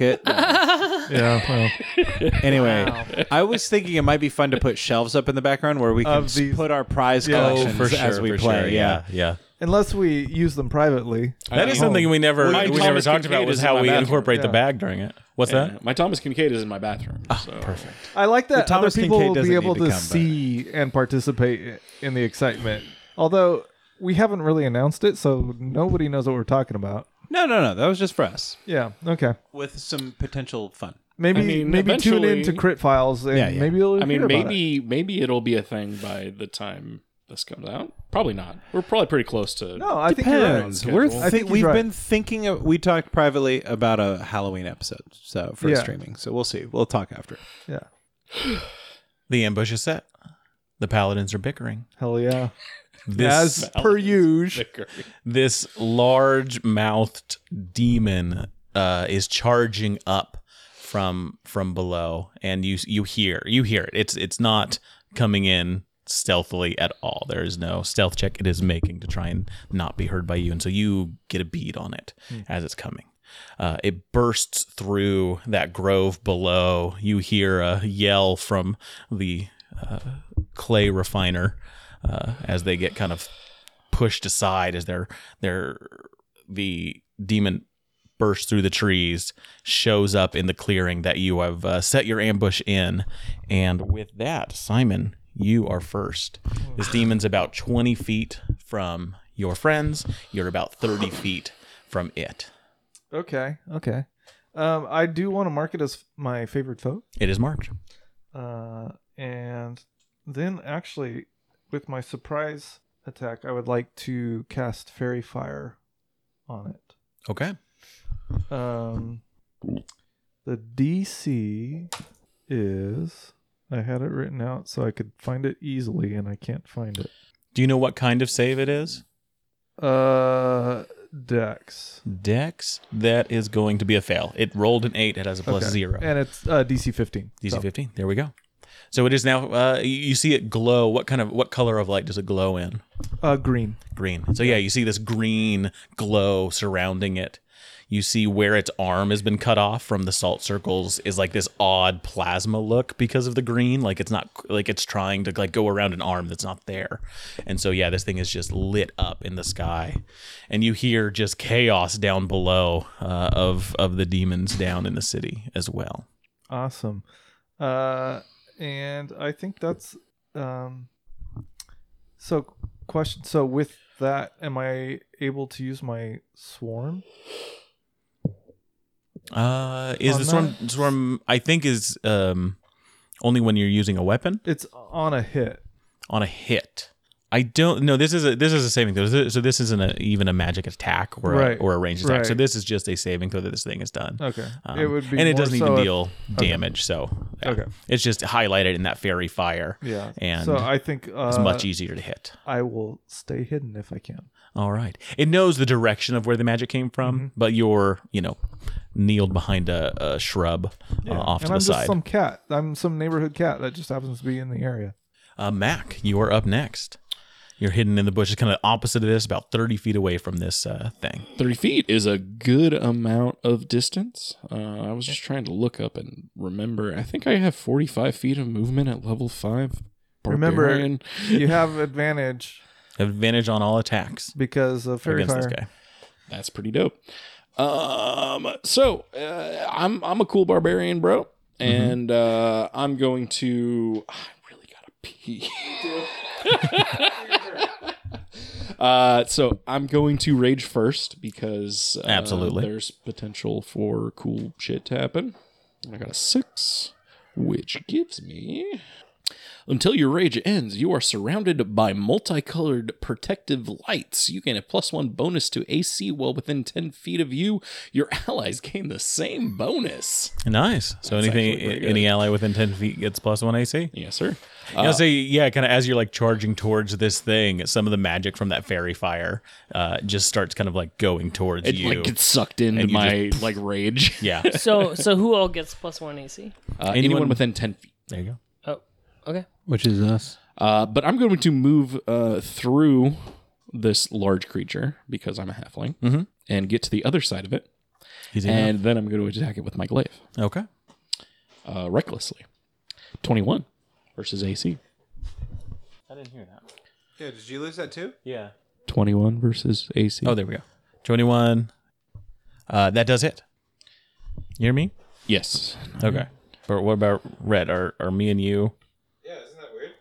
S2: [laughs]
S5: it?
S3: Yeah. Well,
S5: Anyway, I was thinking it might be fun to put shelves up in the background where we can
S3: Of
S5: s-
S3: these-
S5: put our prize
S3: Yeah. Oh,
S5: collections as we play. yeah.
S1: yeah.
S3: [laughs] unless we use them privately.
S1: That is something we never
S4: My
S1: we
S4: Thomas
S1: never talked about
S4: Kincaid
S1: was
S4: is in
S1: how
S4: my
S1: we
S4: bathroom.
S1: incorporate the
S3: Yeah.
S1: bag during it. What's that?
S4: my Thomas Kincaid is in my bathroom. so. Ah, Perfect.
S3: I like that
S5: The Thomas
S3: other people
S5: Kincaid
S3: will be
S5: doesn't
S3: able
S5: need
S3: to,
S5: to come, but-
S3: see and participate i- in the excitement. Although we haven't really announced it, so nobody knows what we're talking about.
S5: No, no, no. That was just for us
S3: Yeah. Okay.
S5: with some potential fun.
S3: Maybe
S4: I mean,
S3: maybe tune
S4: eventually-
S3: in to Crit Files and
S5: Yeah, yeah.
S3: maybe you'll
S4: I mean,
S3: hear about it.
S4: maybe maybe it'll be a thing by the time this comes out. Probably not. We're probably pretty close to.
S3: No, I think you're right.
S5: Depends. We're
S4: schedule.
S5: thi-
S3: I think he's
S5: we've
S3: right.
S5: been thinking. Of, we talked privately about a Halloween episode, so for
S3: Yeah.
S5: streaming. So we'll see. We'll talk after.
S3: Yeah.
S1: The ambush is set. The paladins are bickering.
S3: Hell yeah.
S1: This
S3: As per usual.
S4: Thicker.
S1: this large mouthed demon uh, is charging up from from below, and you you hear you hear it. It's it's not coming in stealthily at all. There is no stealth check it is making to try and not be heard by you, and so you get a bead on it as it's coming. Uh, it bursts through that grove below. You hear a yell from the uh, clay refiner uh, as they get kind of pushed aside as they're they're the demon bursts through the trees, shows up in the clearing that you have uh, set your ambush in, and with that, Simon, you are first. This demon's about twenty feet from your friends. You're about thirty feet from it.
S3: Okay. Okay. Um, I do want to mark it as my favorite foe.
S1: It is marked.
S3: Uh, and then actually, with my surprise attack, I would like to cast Fairy Fire on it.
S1: Okay.
S3: Um, the DC is. I had it written out so I could find it easily, and I can't find it.
S1: Do you know what kind of save it is?
S3: Uh, Dex.
S1: Dex. That is going to be a fail. It rolled an eight. It has a plus
S3: Okay.
S1: zero.
S3: And it's uh, DC 15.
S1: DC
S3: So,
S1: fifteen. There we go. So it is now. Uh, you- you see it glow. What kind of what color of light does it glow in?
S3: uh, green.
S1: Green. So yeah, you see this green glow surrounding it. You see where its arm has been cut off from the salt circles is like this odd plasma look because of the green. Like it's not like it's trying to like go around an arm that's not there. And so yeah, this thing is just lit up in the sky, and you hear just chaos down below uh, of of the demons down in the city as well.
S3: Awesome. Uh, and I think that's um. So question. So with that, am I able to use my swarm?
S1: Uh, is
S3: On
S1: the swarm
S3: that?
S1: swarm? I think is um only when you're using a weapon
S3: It's on a hit.
S1: on a hit. I don't know. This is a this is a saving throw. So so this isn't a, even a magic attack or
S3: Right,
S1: a, or a ranged attack. So
S3: right.
S1: this is just a saving throw that this thing has done.
S3: Okay.
S1: Um,
S3: it would be.
S1: and it
S3: more
S1: doesn't
S3: so
S1: even
S3: if-
S1: deal damage. So yeah.
S3: Okay.
S1: it's just highlighted in that fairy fire.
S3: yeah.
S1: and
S3: so I think uh,
S1: it's much e- easier to hit.
S3: I will stay hidden if I can.
S1: All right. It knows the direction of where the magic came from,
S3: Mm-hmm.
S1: but you're you know kneeled behind a, a shrub uh, off
S3: and
S1: to
S3: I'm
S1: the
S3: just
S1: side.
S3: some cat. I'm some neighborhood cat that just happens to be in the area.
S1: Uh, Mac, you are up next. You're hidden in the bushes, kind of opposite of this, about 30 feet away from this uh, thing.
S4: 30 feet is a good amount of distance. Uh, I was just trying to look up and remember. I think I have 45 feet of movement at level 5.
S3: Remember-
S4: Barbarian.
S3: You have advantage
S1: Advantage on all attacks
S3: because of fairy
S1: against
S3: fire.
S1: this guy.
S4: That's pretty dope. Um, so uh, I'm I'm a cool barbarian, bro, and uh, I'm going to. [sighs] I really gotta pee. [laughs] uh, so I'm going to rage first because uh,
S1: Absolutely.
S4: there's potential for cool shit to happen. I got a six, which gives me. Until your rage ends, you are surrounded by multicolored protective lights. You gain a plus one bonus to AC while within 10 feet of you. Your allies gain the same bonus.
S1: Nice. So anything,
S4: actually pretty good. Uh,
S1: any ally within 10 feet gets plus one AC.
S4: Yes, sir.
S1: And I'll say, yeah, kind of as you're like charging towards this thing, some of the magic from that fairy fire uh, just starts kind of like going towards
S4: It
S1: you.
S4: like gets sucked into
S1: And you
S4: my like rage.
S1: [laughs]
S4: [laughs]
S1: yeah.
S2: [laughs] So so who all gets plus one AC?
S4: Uh, anyone,
S1: Anyone-
S4: within 10 feet.
S1: There you go.
S2: Oh, okay.
S6: Which is us.
S4: Uh, but I'm going to move uh, through this large creature because I'm a halfling
S1: Mm-hmm.
S4: and get to the other side of it.
S1: Easy enough.
S4: And then I'm going to attack it with my glaive
S1: Okay.
S4: uh, recklessly. 21 versus AC.
S1: I didn't hear that.
S5: Yeah, did you lose that too?
S1: Yeah.
S4: 21 versus AC.
S1: Oh, there we go. 21. Uh, that does hit. You hear me?
S4: yes.
S1: Okay. But what about red? Are are me and you
S5: Yeah, isn't that weird?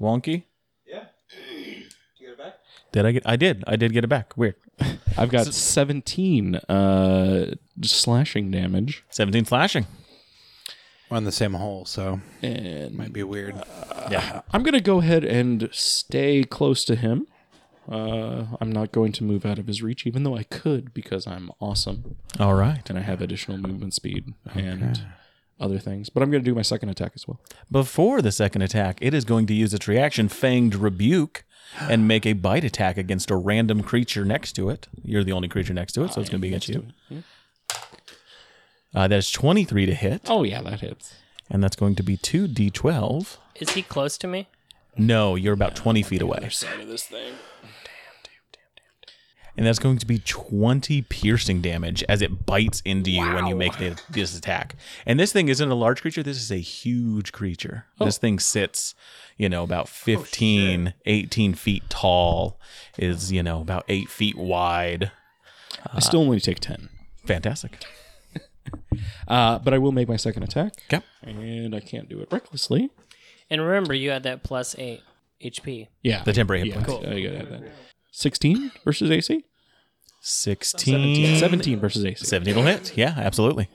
S1: wonky?
S5: Yeah. Did you get it back?
S1: Did I get? I did. I did get it back. Weird.
S4: I've got 17 uh, slashing damage.
S1: Seventeen slashing.
S6: We're on the same hole, so
S4: And
S6: it'd be weird.
S4: I'm going to go ahead and stay close to him. Uh, I'm not going to move out of his reach, even though I could because I'm awesome
S1: All right.
S4: and I have additional movement speed and other things. But I'm going to do my second attack as well.
S1: Before the second attack, it is going to use its reaction, Fanged Rebuke, and make a bite attack against a random creature next to it. You're the only creature next to it, so it's going to be against you. Uh, that is 23 to hit,
S4: Oh, yeah, that hits.
S1: and that's going to be 2d12.
S2: Is he close to me?
S1: No, you're about 20 feet away.
S4: Side of this thing.
S1: And that's going to be 20 piercing damage as it bites into you when you make the, this attack. And this thing isn't a large creature. This is a huge creature.
S4: Oh.
S1: This thing sits, you know, about 15, 18 feet tall, is, you know, about eight feet wide.
S4: I still only take 10.
S1: Fantastic.
S4: Uh, but I will make my second attack.
S1: Okay.
S4: And I can't do it recklessly.
S2: And remember, you had that plus eight HP.
S4: Yeah.
S1: The temporary hit
S4: yeah,
S1: points.
S4: I gotta add that. 16 versus AC?
S1: 16.
S4: 17 versus AC.
S1: 17 will hit. Oh, Yeah, absolutely.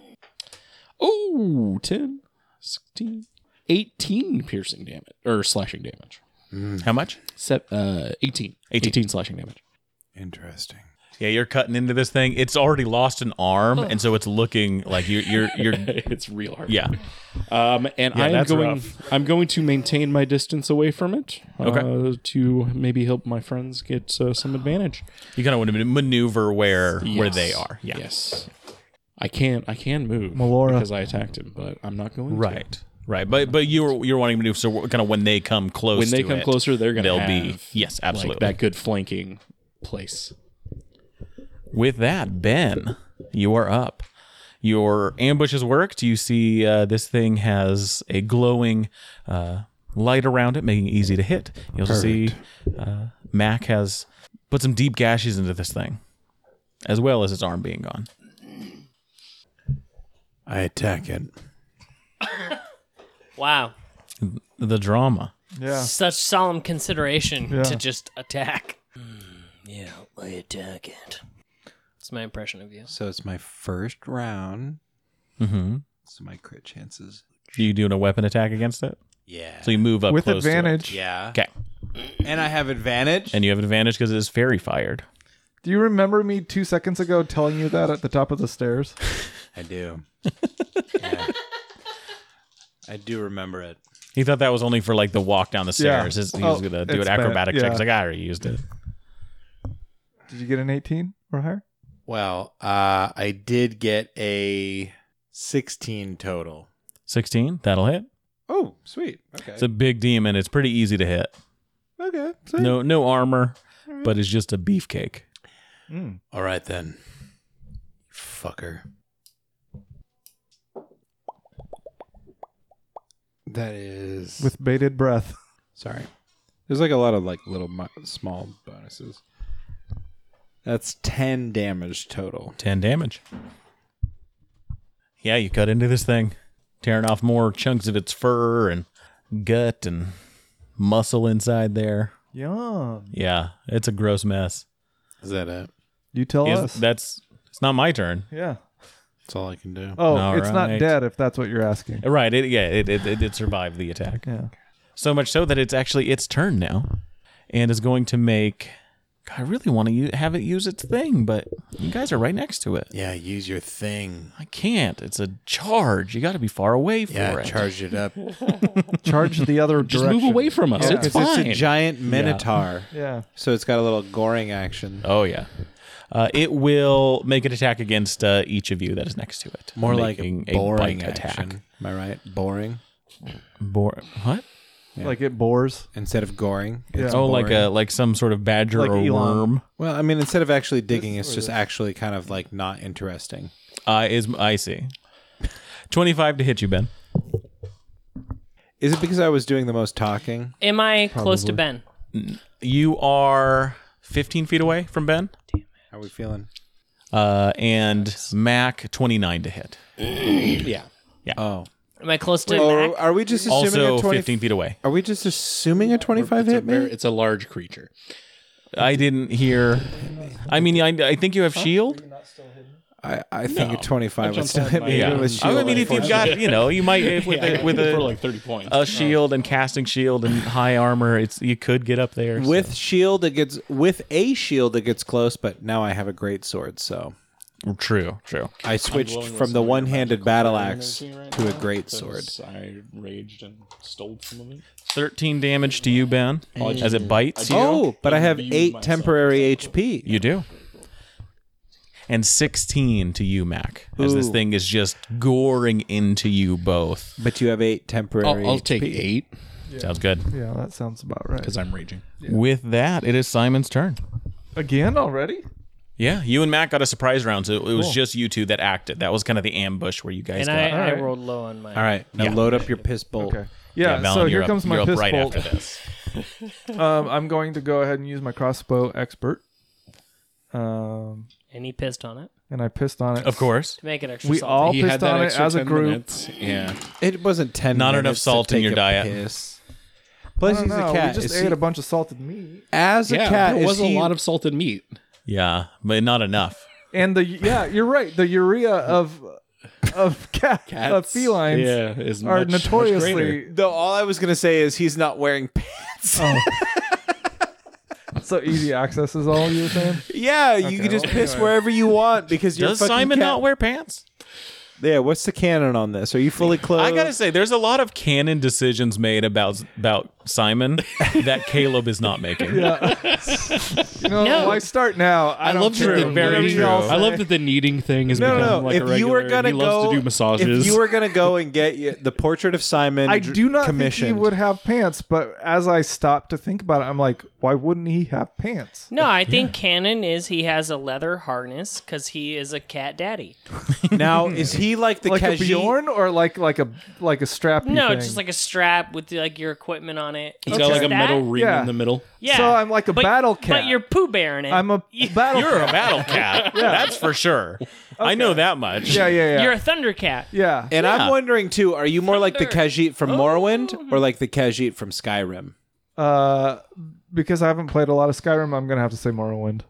S4: Oh, 10, 16, 18 piercing damage or slashing damage.
S1: How much?
S4: Sep, uh, 18.
S1: 18.
S4: 18 slashing damage. [laughs]
S6: Interesting.
S1: Yeah, you're cutting into this thing. It's already lost an arm, and so it's looking like you're you're
S4: [laughs]
S1: you're.
S4: it's real hard.
S1: Yeah,
S4: Um, and I am
S3: that's
S4: going.
S3: rough.
S4: I'm going to maintain my distance away from it.
S1: Okay.
S4: Uh, to maybe help my friends get uh, some advantage
S1: you kind of want to maneuver where where they
S4: Yes.
S1: are. Yeah,
S4: Yes. I can. I can move
S3: Melora.
S4: because I attacked him, but I'm not going. to.
S1: right, right. But but you're you're wanting to maneuver so kind of when they come close.
S4: When they
S1: to
S4: come
S1: it,
S4: closer, they're going to.
S1: they'll
S4: have,
S1: be yes,
S4: like,
S1: absolutely.
S4: that good flanking place.
S1: With that, Ben, you are up. Your ambush has worked. You see, uh, this thing has a glowing uh, light around it, making it easy to hit. You also see uh, Mac has put some deep gashes into this thing, as well as its arm being gone.
S6: I attack it.
S2: Wow.
S1: The drama.
S3: Yeah.
S2: Such solemn consideration
S3: Yeah.
S2: to just attack. Hmm, yeah, I attack it. That's my impression of you.
S6: So it's my first round.
S1: Mm-hmm.
S6: So my crit chances.
S1: You doing a weapon attack against it?
S6: Yeah.
S1: So you move up
S3: With
S1: close to it.
S3: advantage.
S6: yeah.
S1: Okay,
S6: And I have advantage.
S1: and you have advantage because it is fairy fired.
S3: Do you remember me two seconds ago telling you that at the top of the stairs?
S6: I do. Yeah. I do remember it.
S1: He thought that was only for like the walk down the
S3: Yeah.
S1: stairs. His- He
S3: Oh,
S1: was gonna do
S3: it's
S1: an acrobatic
S3: bad.
S1: check.
S3: Yeah.
S1: He's like, I already used it.
S3: Did you get an 18 or higher?
S6: Well, uh, I did get a 16 total.
S1: 16 that'll hit
S5: Oh, sweet. Okay.
S1: it's a big demon it's pretty easy to hit
S5: okay. sweet.
S1: no no armor but it's just a beefcake
S6: All right, then. Fucker. That is.
S3: With bated breath.
S5: Sorry. There's like a lot of like little mi- small bonuses. That's 10 damage total.
S1: 10 damage yeah you cut into this thing tearing off more chunks of its fur and gut and muscle inside there
S3: Yum.
S1: yeah it's a gross mess
S6: Is that it?
S3: You tell
S1: Is-
S3: us.
S1: that's it's not my turn
S3: yeah.
S6: That's all I can do.
S3: Oh,
S1: All
S3: it's not
S1: right.
S3: dead if that's what you're asking.
S1: right it, yeah it, it, it, it survived the attack
S3: Yeah.
S1: So much so that it's actually its turn now, and is going to make. God, I really want to u- have it use its thing, but you guys are right next to it.
S6: Yeah, use your thing.
S1: I can't. It's a charge. You got to be far away for
S6: Yeah,
S1: it.
S6: charge it up.
S3: Charge the other
S4: Just
S3: direction.
S4: move away from us.
S3: Yeah.
S4: It's
S5: 'Cause
S4: fine.
S5: It's a giant minotaur.
S3: Yeah.
S5: So it's got a little goring action.
S1: Oh yeah. Uh, it will make an attack against uh, each of you that is next to it.
S6: More like a
S1: Making
S6: boring
S1: bite
S6: action. Am I right? Boring
S1: Bor- what?
S3: Like it bores.
S6: instead of goring. it's
S3: Yeah.
S1: oh, like
S6: boring.
S1: a like some sort of badger
S3: Like
S1: or
S3: Elon.
S1: worm.
S5: Well, I mean, instead of actually digging, it's just actually kind of like not interesting.
S1: Uh, is I see. Twenty five to hit you, Ben.
S5: Is it because I was doing the most talking?
S2: Am I close to Ben?
S1: You are fifteen feet away from Ben.
S5: How are we feeling?
S1: uh, and Mac 29 to hit.
S4: yeah.
S5: Oh,
S2: Am I close to
S5: or
S2: Mac?
S5: Oh, are we just assuming
S1: Also
S5: a 20
S1: 15 feet away.
S5: Are we just assuming a 25
S4: It's a,
S5: hit
S4: very,
S5: me?
S4: it's a large creature.
S1: I didn't hear. I mean, I, I think you have shield.
S5: I, I think a 25 would
S4: jumped
S5: still
S4: on
S5: hit
S4: my-
S5: me.
S4: Yeah.
S5: even with
S1: I
S5: shield.
S1: mean, if you've got, you know, you might
S5: [laughs]
S1: if with
S4: Yeah, I
S1: a,
S4: got
S1: with
S4: hit for
S1: a,
S4: like 30 points.
S5: uh,
S1: a shield and casting shield and high armor, it's you could get up there. so-
S5: With shield, it gets with a shield, it gets close. But now I have a great sword, so
S1: true, true.
S5: I switched from the one-handed battle axe to a great sword.
S4: I raged and stole some of it.
S1: 13 damage to you, Ben, as it bites you.
S5: Oh, but I have
S4: Imbued
S5: eight
S4: myself.
S5: temporary HP.
S1: You do. And 16 to you, Mac, as this
S5: Ooh.
S1: thing is just goring into you both.
S5: But you have eight temporary.
S4: I'll, I'll take
S5: HP.
S4: eight
S1: Sounds good.
S3: Yeah, that sounds about right.
S4: because I'm raging.
S1: With that, it is Simon's turn.
S3: Again already?
S1: Yeah, you and Matt got a surprise round, so it was just you two that acted. That was kind of the ambush where you guys
S2: And
S1: got.
S2: I, I
S3: right.
S2: rolled low on my.
S5: All right, now
S1: Yeah.
S5: load up your piss bolt.
S3: Okay. Yeah,
S1: Valen,
S3: so here
S1: you're up-
S3: comes my
S1: you're up
S3: pistol.
S1: right after this.
S3: Um, I'm going to go ahead and use my crossbow expert. Um,
S2: And he pissed on it
S3: and I pissed on it.
S1: Of course,
S2: to make it extra
S3: We
S2: salty.
S3: all
S4: He had
S3: pissed
S4: that
S3: on it
S4: extra
S3: as a
S4: 10
S3: group.
S4: minutes. Yeah.
S5: It wasn't ten.
S1: Not enough
S5: minutes to
S1: salt in
S5: take
S1: your
S5: a
S1: diet.
S5: piss.
S3: I
S5: Plus,
S3: don't
S5: he's
S3: know,
S5: a cat.
S3: We just
S5: Is
S3: ate
S5: he-
S3: a bunch of salted meat.
S5: as a
S4: yeah,
S5: cat,
S4: there
S5: is
S4: was
S5: he-
S4: a lot of salted meat.
S1: yeah, but not enough.
S3: And the yeah, you're right. The urea of of [laughs] cat, of
S4: Cats,
S3: felines
S4: yeah, is
S3: are
S4: much, much greater.
S3: notoriously
S6: Though all I was gonna say is he's not
S5: [laughs]
S6: wearing pants.
S1: Oh.
S3: so easy access is all you
S4: [laughs]
S3: were saying.
S6: yeah, you can just piss wherever you want because you're
S1: Does
S6: fucking
S1: Simon
S6: cat-
S1: not wear pants?
S6: Yeah, what's the canon on this? Are you fully clothed?
S1: I
S5: Uh,
S1: gotta say, there's a lot of canon decisions made about about Simon that Caleb is not making.
S3: You know,
S2: No.
S3: why start now? I,
S4: I
S3: don't
S4: love
S3: care.
S4: that the
S1: True. Very
S4: kneading-
S1: true.
S4: I love that the kneading thing has
S5: No,
S4: become
S5: no, no.
S4: like a
S5: if
S4: regular.
S5: you were gonna
S4: he
S5: go,
S4: loves to do massages.
S5: if you were gonna go and get y- the portrait of Simon,
S3: I
S5: dr-
S3: do not think he
S5: commissioned.
S3: would have pants, but as I stopped to think about it, I'm like, why wouldn't he have pants?
S2: No, [laughs] I think canon is he has a leather harness because he is a cat daddy.
S5: Now, is he like the
S3: Like a
S5: Khajiit?
S3: Bjorn or like like a like a strap?
S2: No, just like a strap with like your equipment on it.
S4: He's got like
S2: Just
S4: a
S2: that?
S4: metal ring
S3: Yeah.
S4: in the middle.
S2: Yeah.
S3: So I'm like a
S2: but-
S3: battle cat.
S2: But you're poo bearing it. [laughs]
S3: I'm a battle.
S1: You're a battle cat. That's for sure. I know that much.
S3: yeah, yeah, yeah,
S2: You're a thundercat.
S3: yeah.
S5: And
S1: Yeah.
S5: I'm wondering too, are you more like the
S2: Thunder.
S5: Khajiit from Morrowind or like the Khajiit from Skyrim?
S3: Uh, because I haven't played a lot of Skyrim, I'm gonna have to say Morrowind.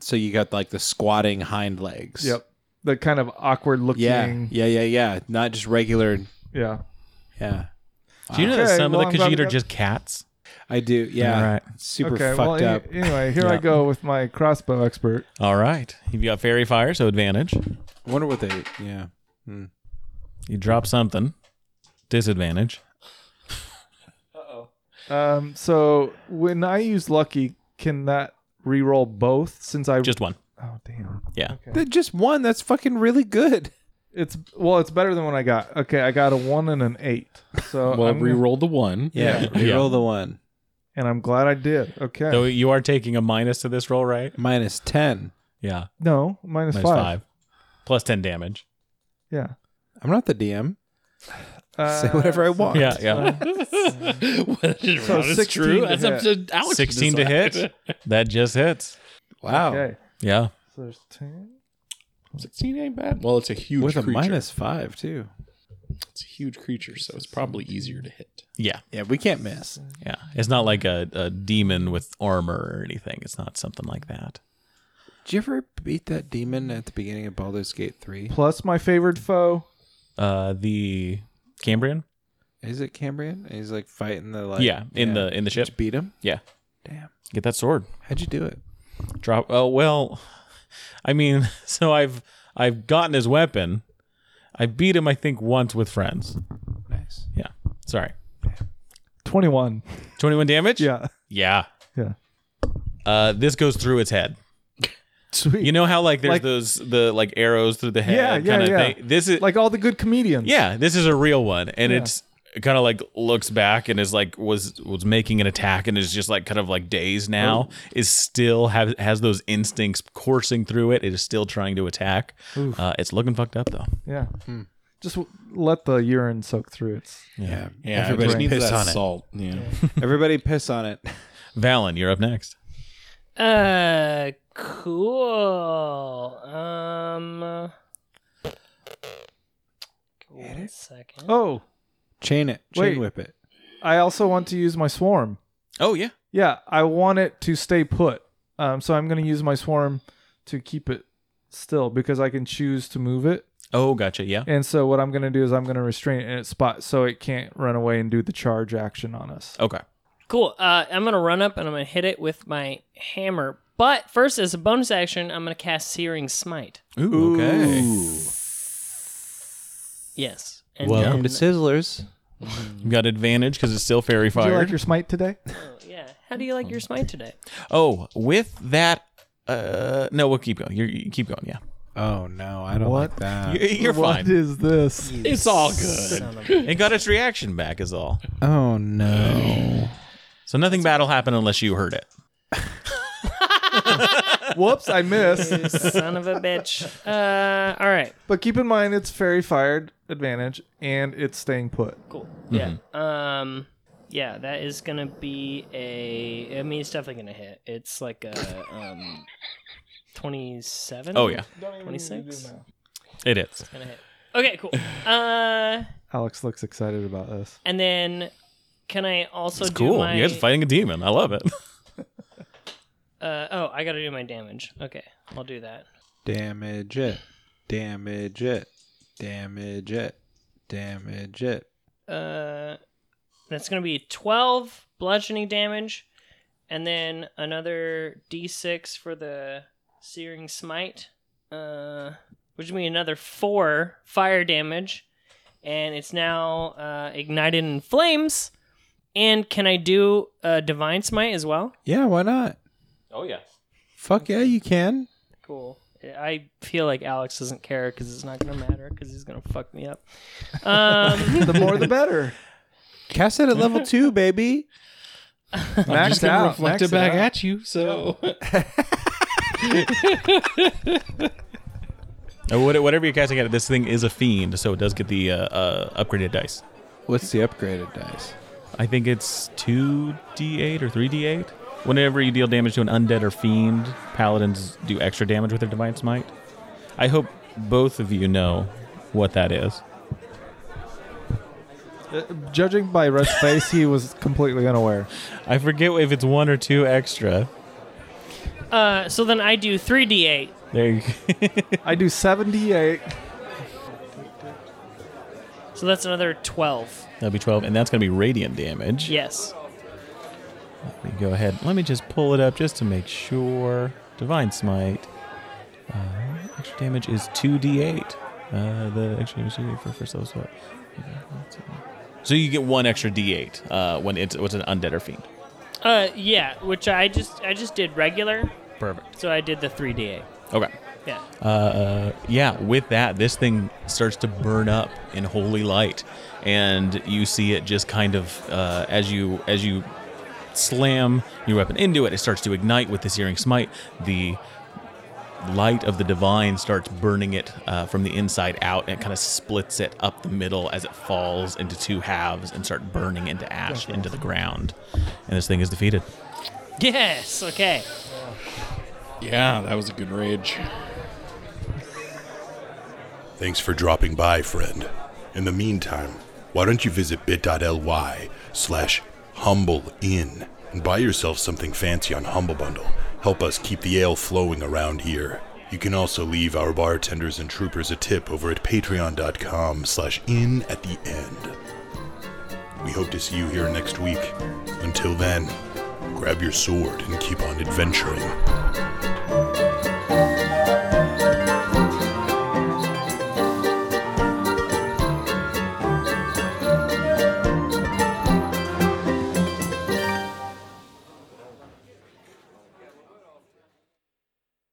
S5: So you got like the squatting hind legs.
S3: Yep, the kind of awkward looking.
S5: Yeah. Yeah, yeah, yeah. Not just regular.
S3: yeah.
S5: Yeah.
S1: Do you know
S3: Okay,
S1: that some
S3: well,
S1: of
S3: I'm
S1: the
S3: glad we
S1: Khajiit are
S3: got-
S1: just cats?
S5: I do. Yeah.
S1: All right.
S5: Super
S3: okay.
S5: fucked
S3: Well, any-
S5: up.
S3: anyway, here I go with my crossbow expert.
S1: All right. You've got fairy fire, so advantage.
S5: I wonder what they Yeah.
S1: You drop something. Disadvantage.
S3: Um, so when I use lucky, can that re-roll both? Since I
S1: Just one.
S3: oh damn,
S1: Yeah.
S5: They just one. That's fucking really good.
S3: it's well, it's better than what I got. Okay, I got a one and an eight.
S5: [laughs]
S3: So
S4: Well,
S3: I'm gonna-
S4: re-roll the one. [laughs]
S5: Yeah. You
S1: Yeah.
S5: roll the one.
S3: and I'm glad I did. Okay,
S1: So you are taking a minus to this roll, right?
S5: Minus ten.
S1: Yeah.
S3: no minus,
S1: Minus
S3: five.
S1: five. Plus 10 damage.
S3: Yeah,
S5: I'm not the DM. [laughs]
S3: uh,
S5: Say whatever I want.
S1: Yeah, yeah.
S3: So
S4: so
S3: 16
S4: it's true.
S3: to
S4: That's
S3: hit.
S4: up to Alex
S1: 16 to
S4: decide. [laughs]
S1: hit. That just hits.
S5: Wow.
S3: Okay,
S1: Yeah.
S3: so there's ten.
S4: 16 ain't bad. Well, it's a huge
S5: With a
S4: creature.
S5: minus five too.
S4: It's a huge creature, so it's probably easier to hit.
S1: Yeah.
S5: Yeah, we can't miss.
S1: Yeah. It's not like a, a demon with armor or anything. It's not something like that.
S5: Did you ever beat that demon at the beginning of Baldur's Gate three?
S3: Plus my favorite foe.
S1: Uh the Cambrian?
S5: Is it Cambrian? And he's like fighting the like.
S1: yeah, in the in the ship.
S5: Just beat him.
S1: Yeah.
S5: Damn.
S1: Get that sword.
S5: How'd you do it?
S1: drop oh well i mean [laughs] so i've i've gotten his weapon i beat him i think once with friends
S5: Nice.
S1: yeah sorry
S5: [laughs]
S3: Twenty-one.
S1: 21 damage
S3: Yeah,
S1: yeah
S3: yeah.
S1: uh this goes through its head
S3: [laughs] Sweet.
S1: you know how like there's
S3: Like-
S1: those the like arrows through the head
S3: Yeah, yeah,
S1: kind of
S3: yeah.
S1: thing this is
S3: like all the good comedians.
S1: yeah this is a real one and it's it kind of like looks back and is like was was making an attack and is just like kind of like dazed
S3: Oh.
S1: now is still have has those instincts coursing through it it is still trying to attack uh, it's looking fucked up though
S3: yeah. Just w- let the urine soak through its
S5: Yeah.
S4: Yeah,
S5: Everybody
S4: it just needs
S5: piss
S4: that
S5: on it.
S4: salt. Yeah.
S1: [laughs]
S5: Everybody piss on it.
S1: Valen, you're up next.
S2: Uh, cool. Um, one second.
S3: Oh,
S5: Chain it. Chain
S3: Wait.
S5: whip it.
S3: I also want to use my swarm.
S1: Oh yeah.
S3: Yeah, I want it to stay put. Um, so I'm going to use my swarm to keep it still because I can choose to move it.
S1: Oh, gotcha. Yeah.
S3: And so what I'm going to do is I'm going to restrain it in its spot so it can't run away and do the charge action on us.
S1: Okay.
S2: Cool. Uh, I'm gonna run up and I'm gonna hit it with my hammer. But first, as a bonus action, I'm gonna cast Searing Smite.
S1: Ooh. Okay.
S2: Yes. And then-
S5: Welcome to Sizzlers.
S1: You got advantage because it's still fairy
S3: Did you like
S1: fired.
S3: your smite today?
S2: oh, yeah. How do you like your smite today?
S1: oh, with that. Uh, no, we'll keep going. You're, you keep going. Yeah. [laughs]
S5: Oh no, I don't like that.
S1: You're, you're
S3: What
S1: fine.
S3: [laughs] is this?
S4: It's
S3: [laughs]
S4: all good.
S2: Son of a-
S1: It got its reaction back, is all.
S5: Oh no.
S1: So nothing bad will happen unless you hurt it.
S3: Whoops, I missed.
S2: Son of a bitch. Uh, all right.
S3: but keep in mind it's fairy fired advantage and it's staying put.
S2: Cool.
S1: Mm-hmm.
S2: Yeah. Um. Yeah, that is gonna be a. I mean, it's definitely gonna hit. It's like a um, twenty-seven.
S1: Oh, yeah.
S2: twenty-six.
S1: It is.
S2: Gonna hit.
S1: [sighs]
S2: Okay, cool. Uh,
S3: Alex looks excited about this.
S2: and then can I also
S1: It's
S2: do
S1: cool.
S2: my?
S1: You guys are fighting a demon. I love it.
S2: Uh, oh, I gotta do my damage. Okay, I'll do that.
S5: Damage it. Damage it. Damage it. Damage it.
S2: Uh, that's going to be 12 bludgeoning damage, and then another d6 for the Searing Smite, uh, which would be another 4 fire damage, and it's now uh, ignited in flames. And can I do a Divine Smite as well?
S5: Yeah, why not?
S1: Oh yeah.
S5: Fuck yeah, you can.
S2: Cool. I feel like Alex doesn't care because it's not going to matter because he's going to fuck me up. Um, [laughs]
S3: The more the better.
S5: Cast it
S1: [laughs]
S5: at level two, baby.
S4: I'm
S3: Max
S4: just gonna
S3: out,
S4: reflect
S3: max
S4: it back
S3: out.
S4: at you. So
S1: [laughs] Uh, what- Whatever you're casting at, this thing is a fiend, so it does get the uh, uh, upgraded dice.
S5: What's the upgraded dice?
S1: I think it's 2d8 or 3d8. Whenever you deal damage to an undead or fiend, paladins do extra damage with their divine smite. I hope both of you know what that is.
S3: Uh, judging by Rush's face, he was completely unaware.
S1: I forget if it's one or two extra.
S2: uh, so then I do 3d8.
S1: There you [laughs]
S3: I do 78.
S2: So that's another 12.
S1: That'll be 12, and that's going to be radiant damage.
S2: Yes.
S1: Let me go ahead. Let me just pull it up just to make sure. Divine Smite. Uh, extra damage is 2d8. Uh, the extra damage is 2d8 for first level sword. So you get one extra d8 uh, when it's, it's an undead or fiend.
S2: Uh, yeah, which I just I just did regular,
S1: Perfect.
S2: so I did the 3d8.
S1: Okay.
S2: Yeah.
S1: Uh, uh, yeah, with that, this thing starts to burn up in holy light, and you see it just kind of uh, as you as you slam your weapon into it, it starts to ignite with this searing smite. The light of the divine starts burning it uh, from the inside out, and it kind of splits it up the middle as it falls into two halves and start burning into ash into the ground. And this thing is defeated.
S2: Yes. Okay.
S4: yeah, that was a good rage.
S8: Thanks for dropping by, friend. In the meantime, why don't you visit bit.ly slash humble inn and buy yourself something fancy on Humble Bundle. Help us keep the ale flowing around here. You can also leave our bartenders and troopers a tip over at patreon.com slash inn at the end. We hope to see you here next week. Until then, grab your sword and keep on adventuring.